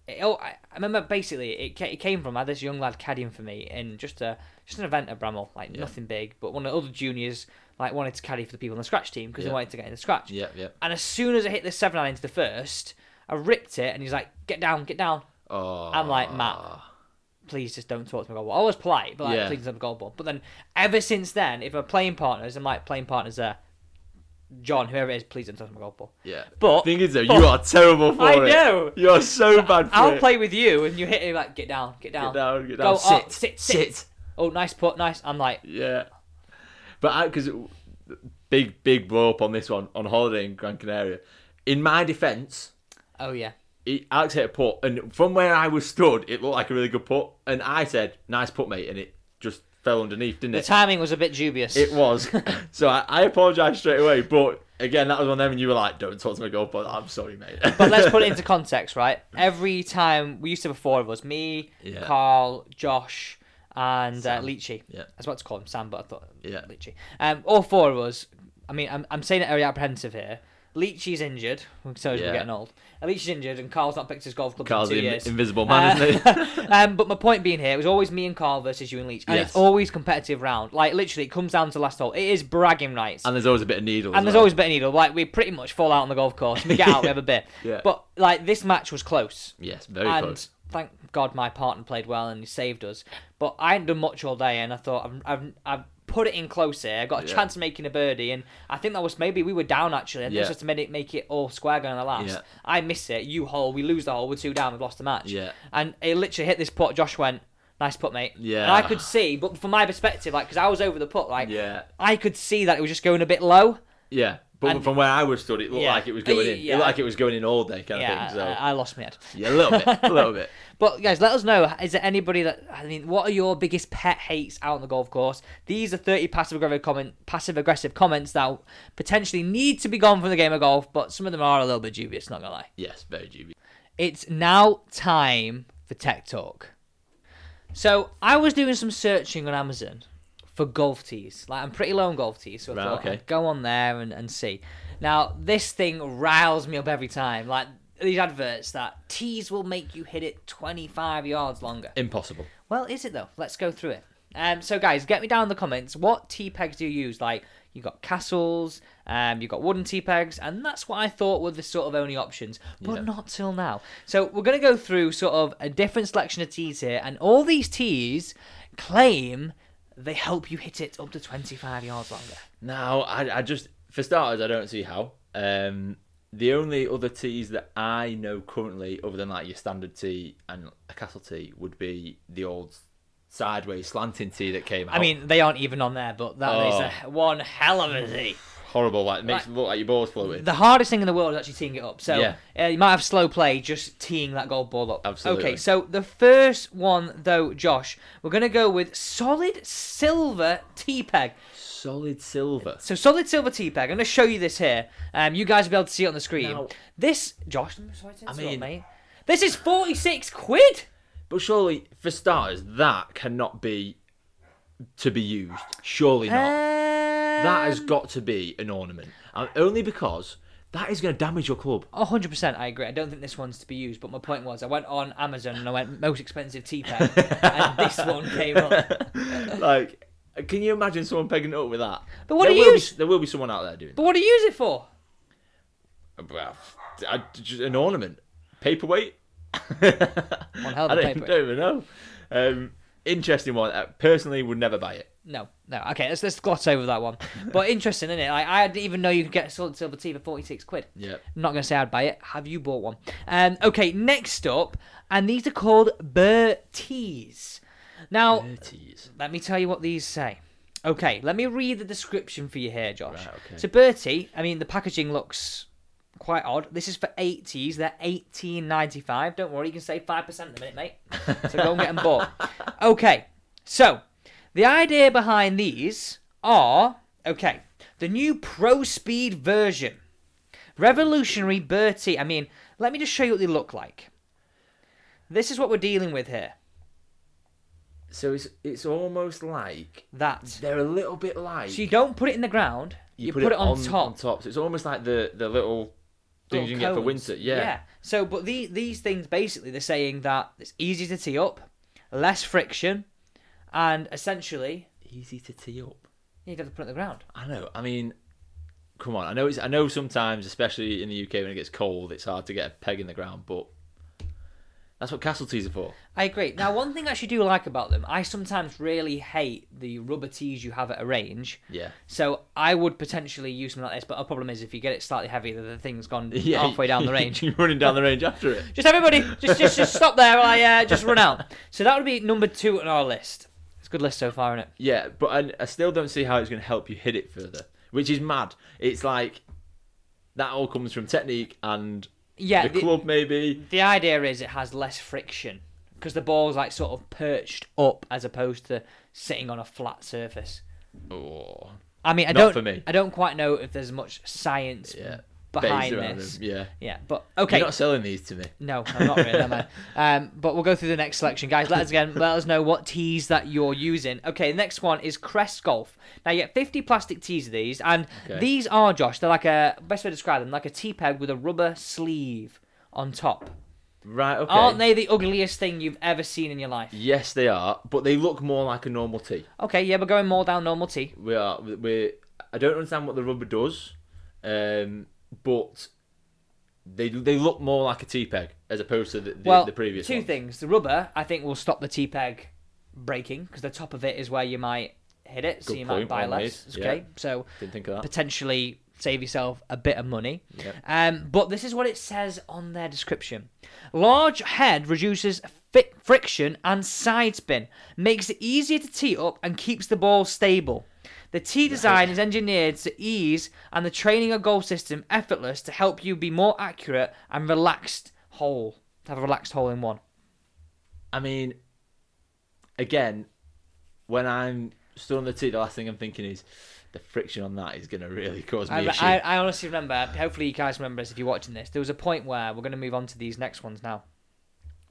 it, oh, I, I remember. Basically, it, ca- it came from I had this young lad caddying for me in just a just an event at Bramall, like nothing big, but one of the other juniors like wanted to caddy for the people on the scratch team because
Yeah.
they wanted to get in the scratch.
Yep, yep.
And as soon as I hit the seven iron into the first, I ripped it, and he's like, "Get down, get down."
Oh,
I'm like, Matt, please just don't talk to my golf ball. I was polite, but like,
Yeah.
please don't talk to my golf ball. But then ever since then, if I'm playing partners, I'm like playing partners there. John, whoever it is, please don't talk to my golf ball.
Yeah.
But-
thing is, though,
but-
you are terrible for
I
it.
know.
You're so bad for
I'll
it.
play with you, and you hit him like, get down, get down,
Get down, get
Go
down.
up, sit,
sit,
sit. Oh, nice putt, nice. I'm like,
Yeah. But because big, big blow up on this one on holiday in Gran Canaria. In my defence,
oh yeah,
he, Alex hit a putt, and from where I was stood, it looked like a really good putt. And I said, "Nice putt, mate," and it just fell underneath, didn't
the
it?
timing was a bit dubious.
It
*laughs*
was. so I, I apologised straight away, but again, that was one of them, and you were like, "Don't talk to my golf ball." I'm sorry, mate.
but let's put it into context, right? Every time we used to have four of us: me,
Yeah.
Carl, Josh, and uh,
Sam.
Leachy.
Yeah.
I was about to call him Sam, but I thought
Yeah.
Leachy. Um, all four of us. I mean, I'm, I'm saying it very apprehensive here. Leachy's injured, so as we're
Yeah.
getting old. Uh, Leachy's injured, and Carl's not picked his golf club
Carl's
in two
the in-
years.
invisible man,
Uh, *laughs*
isn't he?
um, but my point being here, it was always me and Carl versus you and Leach, and
Yes.
it's always competitive round. Like literally, it comes down to last hole. It is bragging rights, and,
*laughs* And there's always a bit of needle. as
there's
well.
always a bit of needle. Like we pretty much fall out on the golf course. We get out, we have a bit.
*laughs* Yeah.
But like this match was close,
yes, very
and
close.
thank God my partner played well and he saved us. But I hadn't done much all day, and I thought I've I've, I've put it in close here. I got a
Yeah.
chance of making a birdie, and I think that was maybe we were down actually. and
Yeah.
This just made it make it all square going on the last.
Yeah.
I miss it. You hole, we lose the hole. We're two down. We've lost the match.
Yeah.
And it literally hit this putt. Josh went, nice putt, mate.
Yeah.
And I could see, but from my perspective, like, because I was over the putt, like,
Yeah,
I could see that it was just going a bit low.
yeah. But
And-
from where I was stood, it looked
Yeah.
like it was going in.
Yeah.
It looked like it was going in all day, kind
yeah,
of thing. So
I, *laughs* I lost my head.
yeah, a little bit,
*laughs*
a little bit.
But guys, let us know. Is there anybody that I mean? What are your biggest pet hates out on the golf course? These are thirty passive aggressive comment, passive aggressive comments that potentially need to be gone from the game of golf, but some of them are a little bit dubious. Not gonna lie.
Yes, very dubious.
It's now time for tech talk. So I was doing some searching on Amazon for golf tees. Like I'm pretty low on golf tees, so I
Right,
thought
okay.
I'd go on there and, and see. Now this thing riles me up every time. Like these adverts that tees will make you hit it 25 yards longer.
Impossible.
Well, is it though? Let's go through it. Um, so guys, get me down in the comments. What tea pegs do you use? Like you got castles, um, you got wooden tea pegs, and that's what I thought were the sort of only options, but
Yeah.
not till now. So we're gonna go through sort of a different selection of teas here, and all these teas claim they help you hit it up to 25 yards longer.
No, I, I just for starters, I don't see how. Um, the only other teas that I know currently, other than like your standard tea and a castle tea, would be the old sideways slanting tea that came out.
I mean, they aren't even on there, but that is a, one hell of a tea.
horrible. Like it makes it look like your ball's floating.
The hardest thing in the world is actually teeing it up. So
Yeah.
uh, you might have slow play just teeing that gold ball up.
Absolutely.
Okay, so the first one though, Josh, we're gonna go with solid silver tee peg.
Solid silver.
So solid silver tee peg. I'm gonna show you this here. Um, you guys will be able to see it on the screen.
Now-
This, Josh, I'm sorry to
I
interrupt,
mean-
mate. This is 46 quid.
But surely, for starters, that cannot be to be used. Surely not. Oh.
Uh,
that has got to be an ornament, and only because that is going to damage your club.
A hundred percent, I agree. I don't think this one's to be used, but my point was, I went on Amazon and I went most expensive tea
*laughs*
peg, and this one came up.
like, can you imagine someone pegging it up with that?
But what
there
do you
will
use-
Be, there will be someone out there doing
But what do you use it for?
that. Well, I- just an ornament, paperweight.
One
*laughs*
hell of
I
a
don't,
paperweight.
don't even know. Um, interesting one. I personally, would never buy it.
No, no. Okay, let's let's gloss over that one. But interesting, isn't it? Like, I didn't even know you could get solid silver tea for forty six quid.
Yeah.
I'm not gonna say I'd buy it. Have you bought one? Um, okay, next up, and these are called Burr teas. Now,
Berties.
let me tell you what these say. Okay, let me read the description for you here, Josh.
Right, okay.
So Bertie, I mean the packaging looks quite odd. This is for eighties. They're eighteen ninety five. Don't worry, you can save five percent in a minute,
*laughs*
mate. So go and get them bought. Okay, so the idea behind these are okay. The new Pro Speed version, revolutionary Bertie. I mean, let me just show you what they look like. This is what we're dealing with here.
So it's it's almost like
That
they're a little bit like
so you don't put it in the ground. You, put, it, on, top.
On top. So it's almost like the the little things
little
you can get for
cones.
winter. Yeah.
So, but the, these things basically they're saying that it's easy to tee up, less friction, and essentially
Easy to tee up.
you don't have to put it on the ground.
I know. I mean, come on. I know. It's, I know. Sometimes, especially in the UK when it gets cold, it's hard to get a peg in the ground. But that's what castle tees are for.
I agree. Now, one thing I actually do like about them, I sometimes really hate the rubber tees you have at a range.
Yeah.
So I would potentially use something like this, but the problem is if you get it slightly heavier, the thing's gone
*laughs* Yeah.
halfway down the range.
*laughs* You're running down the range after it.
just everybody, just just just stop there while I uh, just run out. So that would be number two on our list. It's a good list so far, isn't it?
*laughs* Yeah, but I, I still don't see how it's going to help you hit it further, which is mad. It's like that all comes from technique and
Yeah.
the, club, maybe.
The idea is it has less friction because the ball's like sort of perched up as opposed to sitting on a flat surface.
Oh,
I mean, I
Not
don't.
for me.
I don't quite know if there's much science
yeah.
behind
Based around
this.
them, Yeah.
Yeah, but okay.
You're not selling these to me.
No, I'm not really, am
*laughs*
I? Um, but we'll go through the next selection, guys. Let us again let us know what tees that you're using. Okay, the next one is Crest Golf. Now you get 50 plastic tees of these, and
Okay.
these are Josh. They're like a best way to describe them, like a tee peg with a rubber sleeve on top.
Right, okay.
Aren't they the ugliest thing you've ever seen in your life?
Yes, they are, but they look more like a normal tee.
Okay, yeah, we're going more down normal tee.
We are. We. I don't understand what the rubber does, um, but they they look more like a tee peg as opposed to the, the,
well,
the previous
two
ones.
things. The rubber, I think, will stop the tee peg breaking because the top of it is where you might hit it, so
Good
you
point,
might buy
well made,
less. It's
yeah.
Okay, so
Didn't think of that.
potentially save yourself a bit of money.
Yeah.
Um, but this is what it says on their description: large head reduces fi- friction and side spin, makes it easier to tee up, and keeps the ball stable. The tee design is engineered to ease, and the training and goal system effortless to help you be more accurate and relaxed hole. To have a relaxed hole in one.
I mean, again, when I'm stood on the tee, the last thing I'm thinking is the friction on that is going to really cause me
I,
issue.
I, I honestly remember. Hopefully, you guys remember this if you're watching this. There was a point where we're going to move on to these next ones now,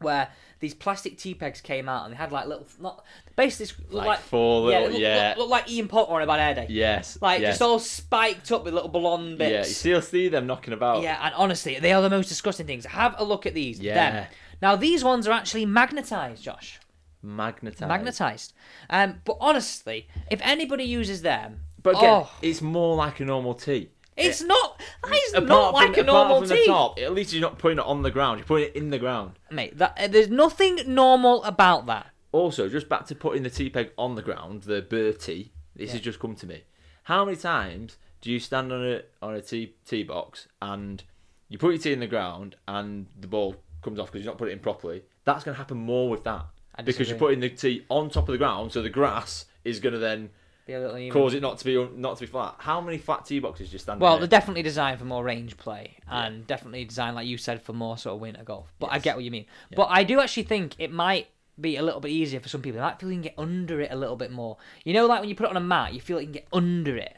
where these plastic tea pegs came out and they had like little, not basically
like,
like, like
four
yeah,
little,
look,
yeah,
look, like Ian Potter on a bad hair day,
yes,
like
yes.
just all spiked up with little blonde
yeah. You
bits.
still see them knocking about.
yeah, and honestly, they are the most disgusting things. Have a look at these. them.
Yeah.
Now these ones are actually magnetized, Josh.
magnetized.
Magnetized. Um, but honestly, if anybody uses them,
But again,
oh,
it's more like a normal tee.
it's not. It's
Apart
not
from-
like a
apart
normal
from
tea.
The top, at least you're not putting it on the ground. You're putting it in the ground.
mate. That uh, there's nothing normal about that.
Also, just back to putting the tee peg on the ground, the burr tee. This has just come to me. How many times do you stand on a on a tee tee box and you put your tee in the ground and the ball comes off because you're not putting it in properly? That's going to happen more with that
I
because you're
disagree.
putting the tee on top of the ground, so the grass is going to then
The other little
cause it not to be not to be flat. How many flat tee boxes do you stand?
well,
on
they're
here?
definitely designed for more range play and definitely designed, like you said, for more sort of winter golf. But I get what you mean. But I do actually think it might be a little bit easier for some people. They might feel you can get under it a little bit more. You know, like when you put it on a mat, you feel like you can get under it.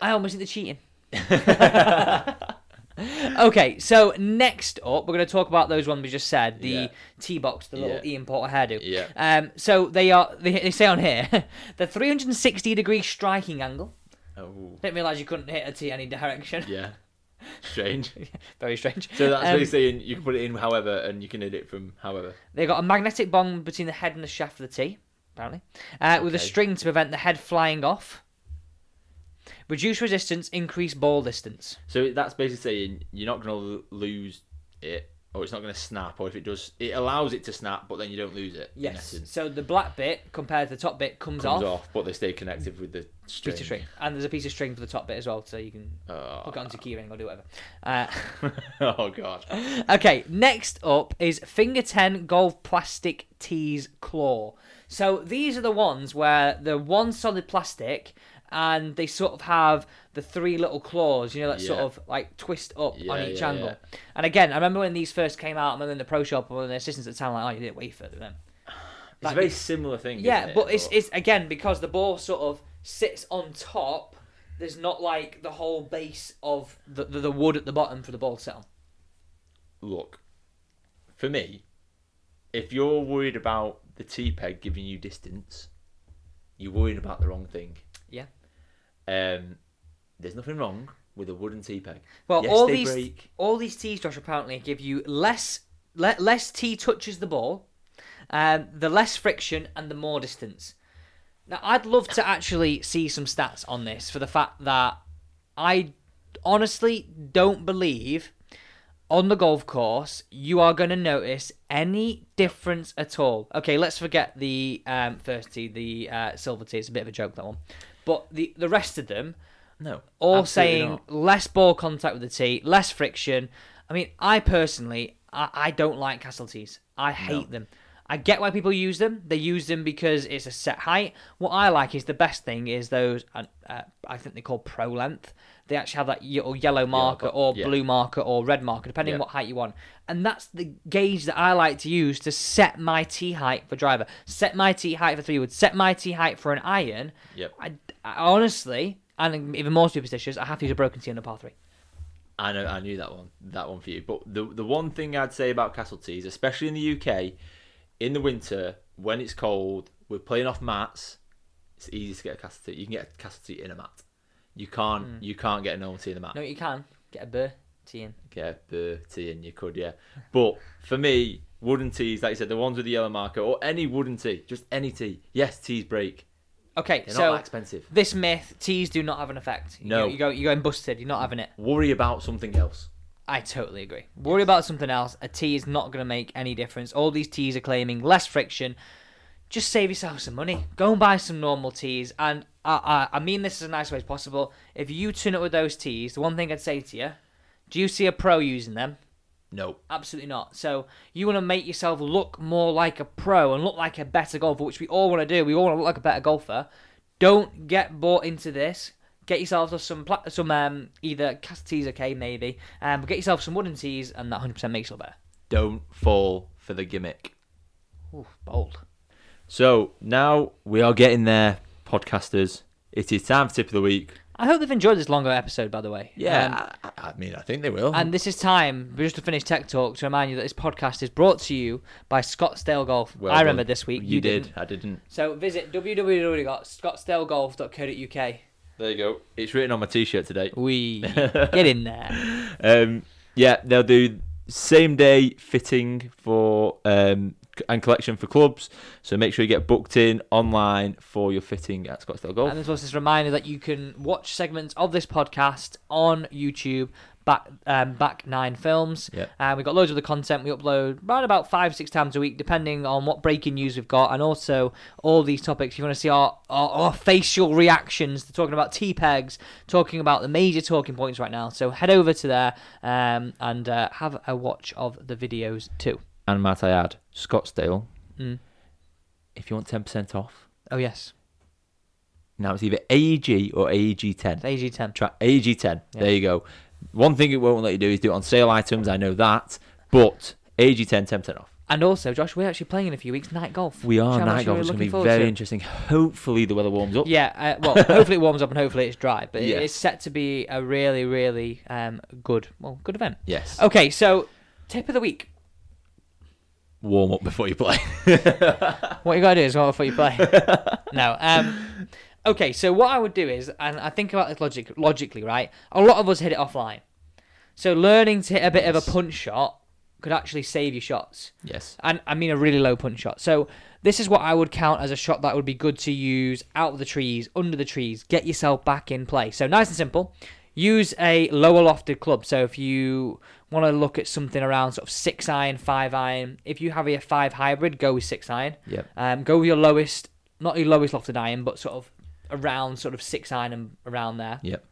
I almost think they're
*laughs*
cheating. okay, so next up, we're going to talk about those ones we just said the
Yeah.
tee box, the little
Yeah.
Ian Porter hairdo.
Yeah.
Um, so they are, they, they say on here, *laughs* the 360 degree striking angle.
oh,
Didn't realise you couldn't hit a tee any direction.
yeah, *laughs* strange.
*laughs* Very strange.
So that's
*laughs* Um,
really saying you can put it in however, and you can hit it from however.
They got a magnetic bond between the head and the shaft of the tee, apparently, uh, with a
Okay.
string to prevent the head flying off. Reduce resistance, increase ball distance.
So that's basically saying you're not going to lose it, or it's not going to snap, or if it does, it allows it to snap, but then you don't lose it. in essence.
So the black bit compared to the top bit comes,
comes
off.
off, but they stay connected with the string.
Piece of string. And there's a piece of string for the top bit as well, so you can
Oh.
hook it onto keyring or do whatever. Uh,
*laughs* oh god.
okay, next up is Finger 10 Gold Plastic Tees Claw. So these are the ones where they're one solid plastic and they sort of have the three little claws, you know, that sort
Yeah.
of like twist up on
Yeah,
each
yeah,
angle.
yeah.
And again, I remember when these first came out, I remember in the pro shop, and one of the assistants at the time, like, oh, you did it way further than them.
It's a very similar thing.
Yeah,
isn't it?
but it's, it's again because the ball sort of sits on top, there's not like the whole base of the, the, the wood at the bottom for the ball to sit on.
Look, for me, if you're worried about the T peg giving you distance, you're worried about the wrong thing.
Yeah.
Um, there's nothing wrong with a wooden T peg.
Well,
yes,
all
they
these
break.
all these tees, Josh, apparently give you less le- less tee touches the ball, um, the less friction, and the more distance. Now, I'd love to actually see some stats on this for the fact that I honestly don't believe on the golf course you are going to notice any difference at all. Okay, let's forget the um, first tee, the uh, silver tee. It's a bit of a joke that one, but the the rest of them
No.
all
absolutely
saying
not.
less ball contact with the tee, less friction. I mean, I personally, I, I don't like castle tees. I hate them. I get why people use them. They use them because it's a set height. What I like is the best thing is those. Uh, uh, I think they're called pro length. They actually have that little yellow marker
but-
or
yeah.
blue marker or red marker, depending on
Yeah.
what height you want. And that's the gauge that I like to use to set my tee height for driver, set my tee height for three wood, set my tee height for an iron.
Yep.
I, I honestly, and even more superstitious, I have to use a broken tee on the par three.
I know, I knew that one, that one for you. But the the one thing I'd say about castle tees, especially in the UK, in the winter when it's cold, we're playing off mats. It's easy to get a castle tee. You can get a castle tee in a mat. You can't, you can't get a normal tee in a mat.
Hmm. No, you can get a burr tee in.
Get a burr tee in, you could, yeah. But for me, wooden tees, like you said, the ones with the yellow marker or any wooden tee, just any tee. Yes, tees break.
Okay,
They're not
so
that expensive.
this myth: tees do not have an effect. You
No.
go, you go, you're going busted. You're not having it.
Worry about something else.
I totally agree. Worry about something else. A tee is not going to make any difference. All these tees are claiming less friction. Just save yourself some money. Go and buy some normal tees. And I, I, I mean this as nice way as possible. If you turn up with those tees, the one thing I'd say to you: Do you see a pro using them?
No.
Absolutely not. So you want to make yourself look more like a pro and look like a better golfer, which we all want to do. We all want to look like a better golfer. Don't get bought into this. Get yourself some pla- some um, either cast tees, okay, maybe, um, but get yourself some wooden tees, and that 100% makes you look better.
Don't fall for the gimmick.
Ooh, bold.
So now we are getting there, podcasters. It is time for tip of the week.
I hope they've enjoyed this longer episode, by the way. Um,
I, I- I mean, I think they will.
and this is time, just to finish Tech Talk, to remind you that this podcast is brought to you by Scottsdale Golf.
Well
I remember
done.
this week.
You, did.
didn't.
I didn't.
So visit www.scottsdalegolf.co.uk.
There you go. It's written on my t-shirt today.
We get in there.
Um, yeah, they'll do same day fitting for um, c- and collection for clubs. So make sure you get booked in online for your fitting at Scottsdale Golf.
And there's also this reminder that you can watch segments of this podcast on YouTube. Back, um, back nine films.
Yeah.
Uh, we've got loads of the content we upload around about five, six times a week, depending on what breaking news we've got, and also all these topics. If you want to see our, our, our facial reactions to talking about T pegs, talking about the major talking points right now. So head over to there um, and uh, have a watch of the videos too.
And might I add, Scottsdale.
Mm.
If you want ten percent off,
Oh yes,
now it's either AEG or AEG ten.
it's AG10.
Try AG10.
Yeah.
There you go. One thing it won't let you do is do it on sale items. I know that, but AG10 10% off.
And also, Josh, we're actually playing in a few weeks night golf.
We
Which
are
I'm
night
actually
golf.
really
It's going
looking
to be
forward
very
to.
interesting. Hopefully the weather warms up.
Yeah, uh, well, hopefully it warms up and hopefully it's dry, but it-
Yeah.
it's set to be a really, really um, good, well, good event.
Yes.
Okay, so tip of the week.
Warm up before
*laughs*
you play.
What you gotta do is warm up before you
*laughs*
play. no. Um, okay, so what I would do is, and I think about this logic logically, right? A lot of us hit it offline, so learning to hit a bit of a
Yes.
punch shot could actually save your shots.
yes.
and I mean a really low punch shot. So this is what I would count as a shot that would be good to use out of the trees, under the trees, get yourself back in play. So nice and simple. Use a lower lofted club. So if you want to look at something around sort of six iron, five iron, if you have a five hybrid, go with six iron.
Yep.
Um, go with your lowest, not your lowest lofted iron, but sort of around sort of six iron and around there
Yep.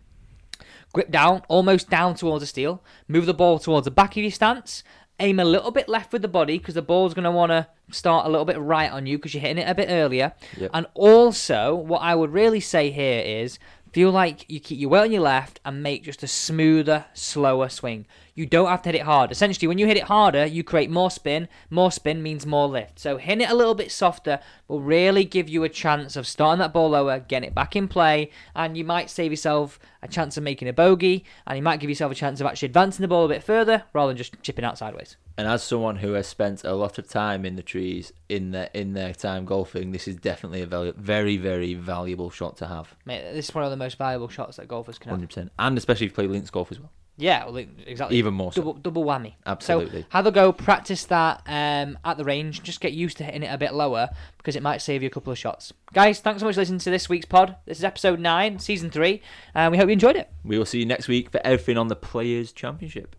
grip down, almost down towards the steel, move the ball towards the back of your stance, aim a little bit left with the body because the ball's going to want to start a little bit right on you because you're hitting it a bit earlier.
Yep.
And also, what I would really say here is feel like you keep your weight on your left and make just a smoother, slower swing. You don't have to hit it hard. Essentially, when you hit it harder, you create more spin. More spin means more lift. So hitting it a little bit softer will really give you a chance of starting that ball lower, getting it back in play, and you might save yourself a chance of making a bogey, and you might give yourself a chance of actually advancing the ball a bit further rather than just chipping out sideways.
And as someone who has spent a lot of time in the trees in their in their time golfing, this is definitely a val- very very valuable shot to have.
Mate, this is one of the most valuable shots that golfers can have.
Hundred percent, and especially if you play links golf as well.
Yeah, well, exactly.
Even more so.
Double, double whammy.
Absolutely.
So have a go, practice that um, at the range. Just get used to hitting it a bit lower because it might save you a couple of shots. Guys, thanks so much for listening to this week's pod. This is episode nine, season three, and Uh, we hope you enjoyed it.
We will see you next week for everything on the Players Championship.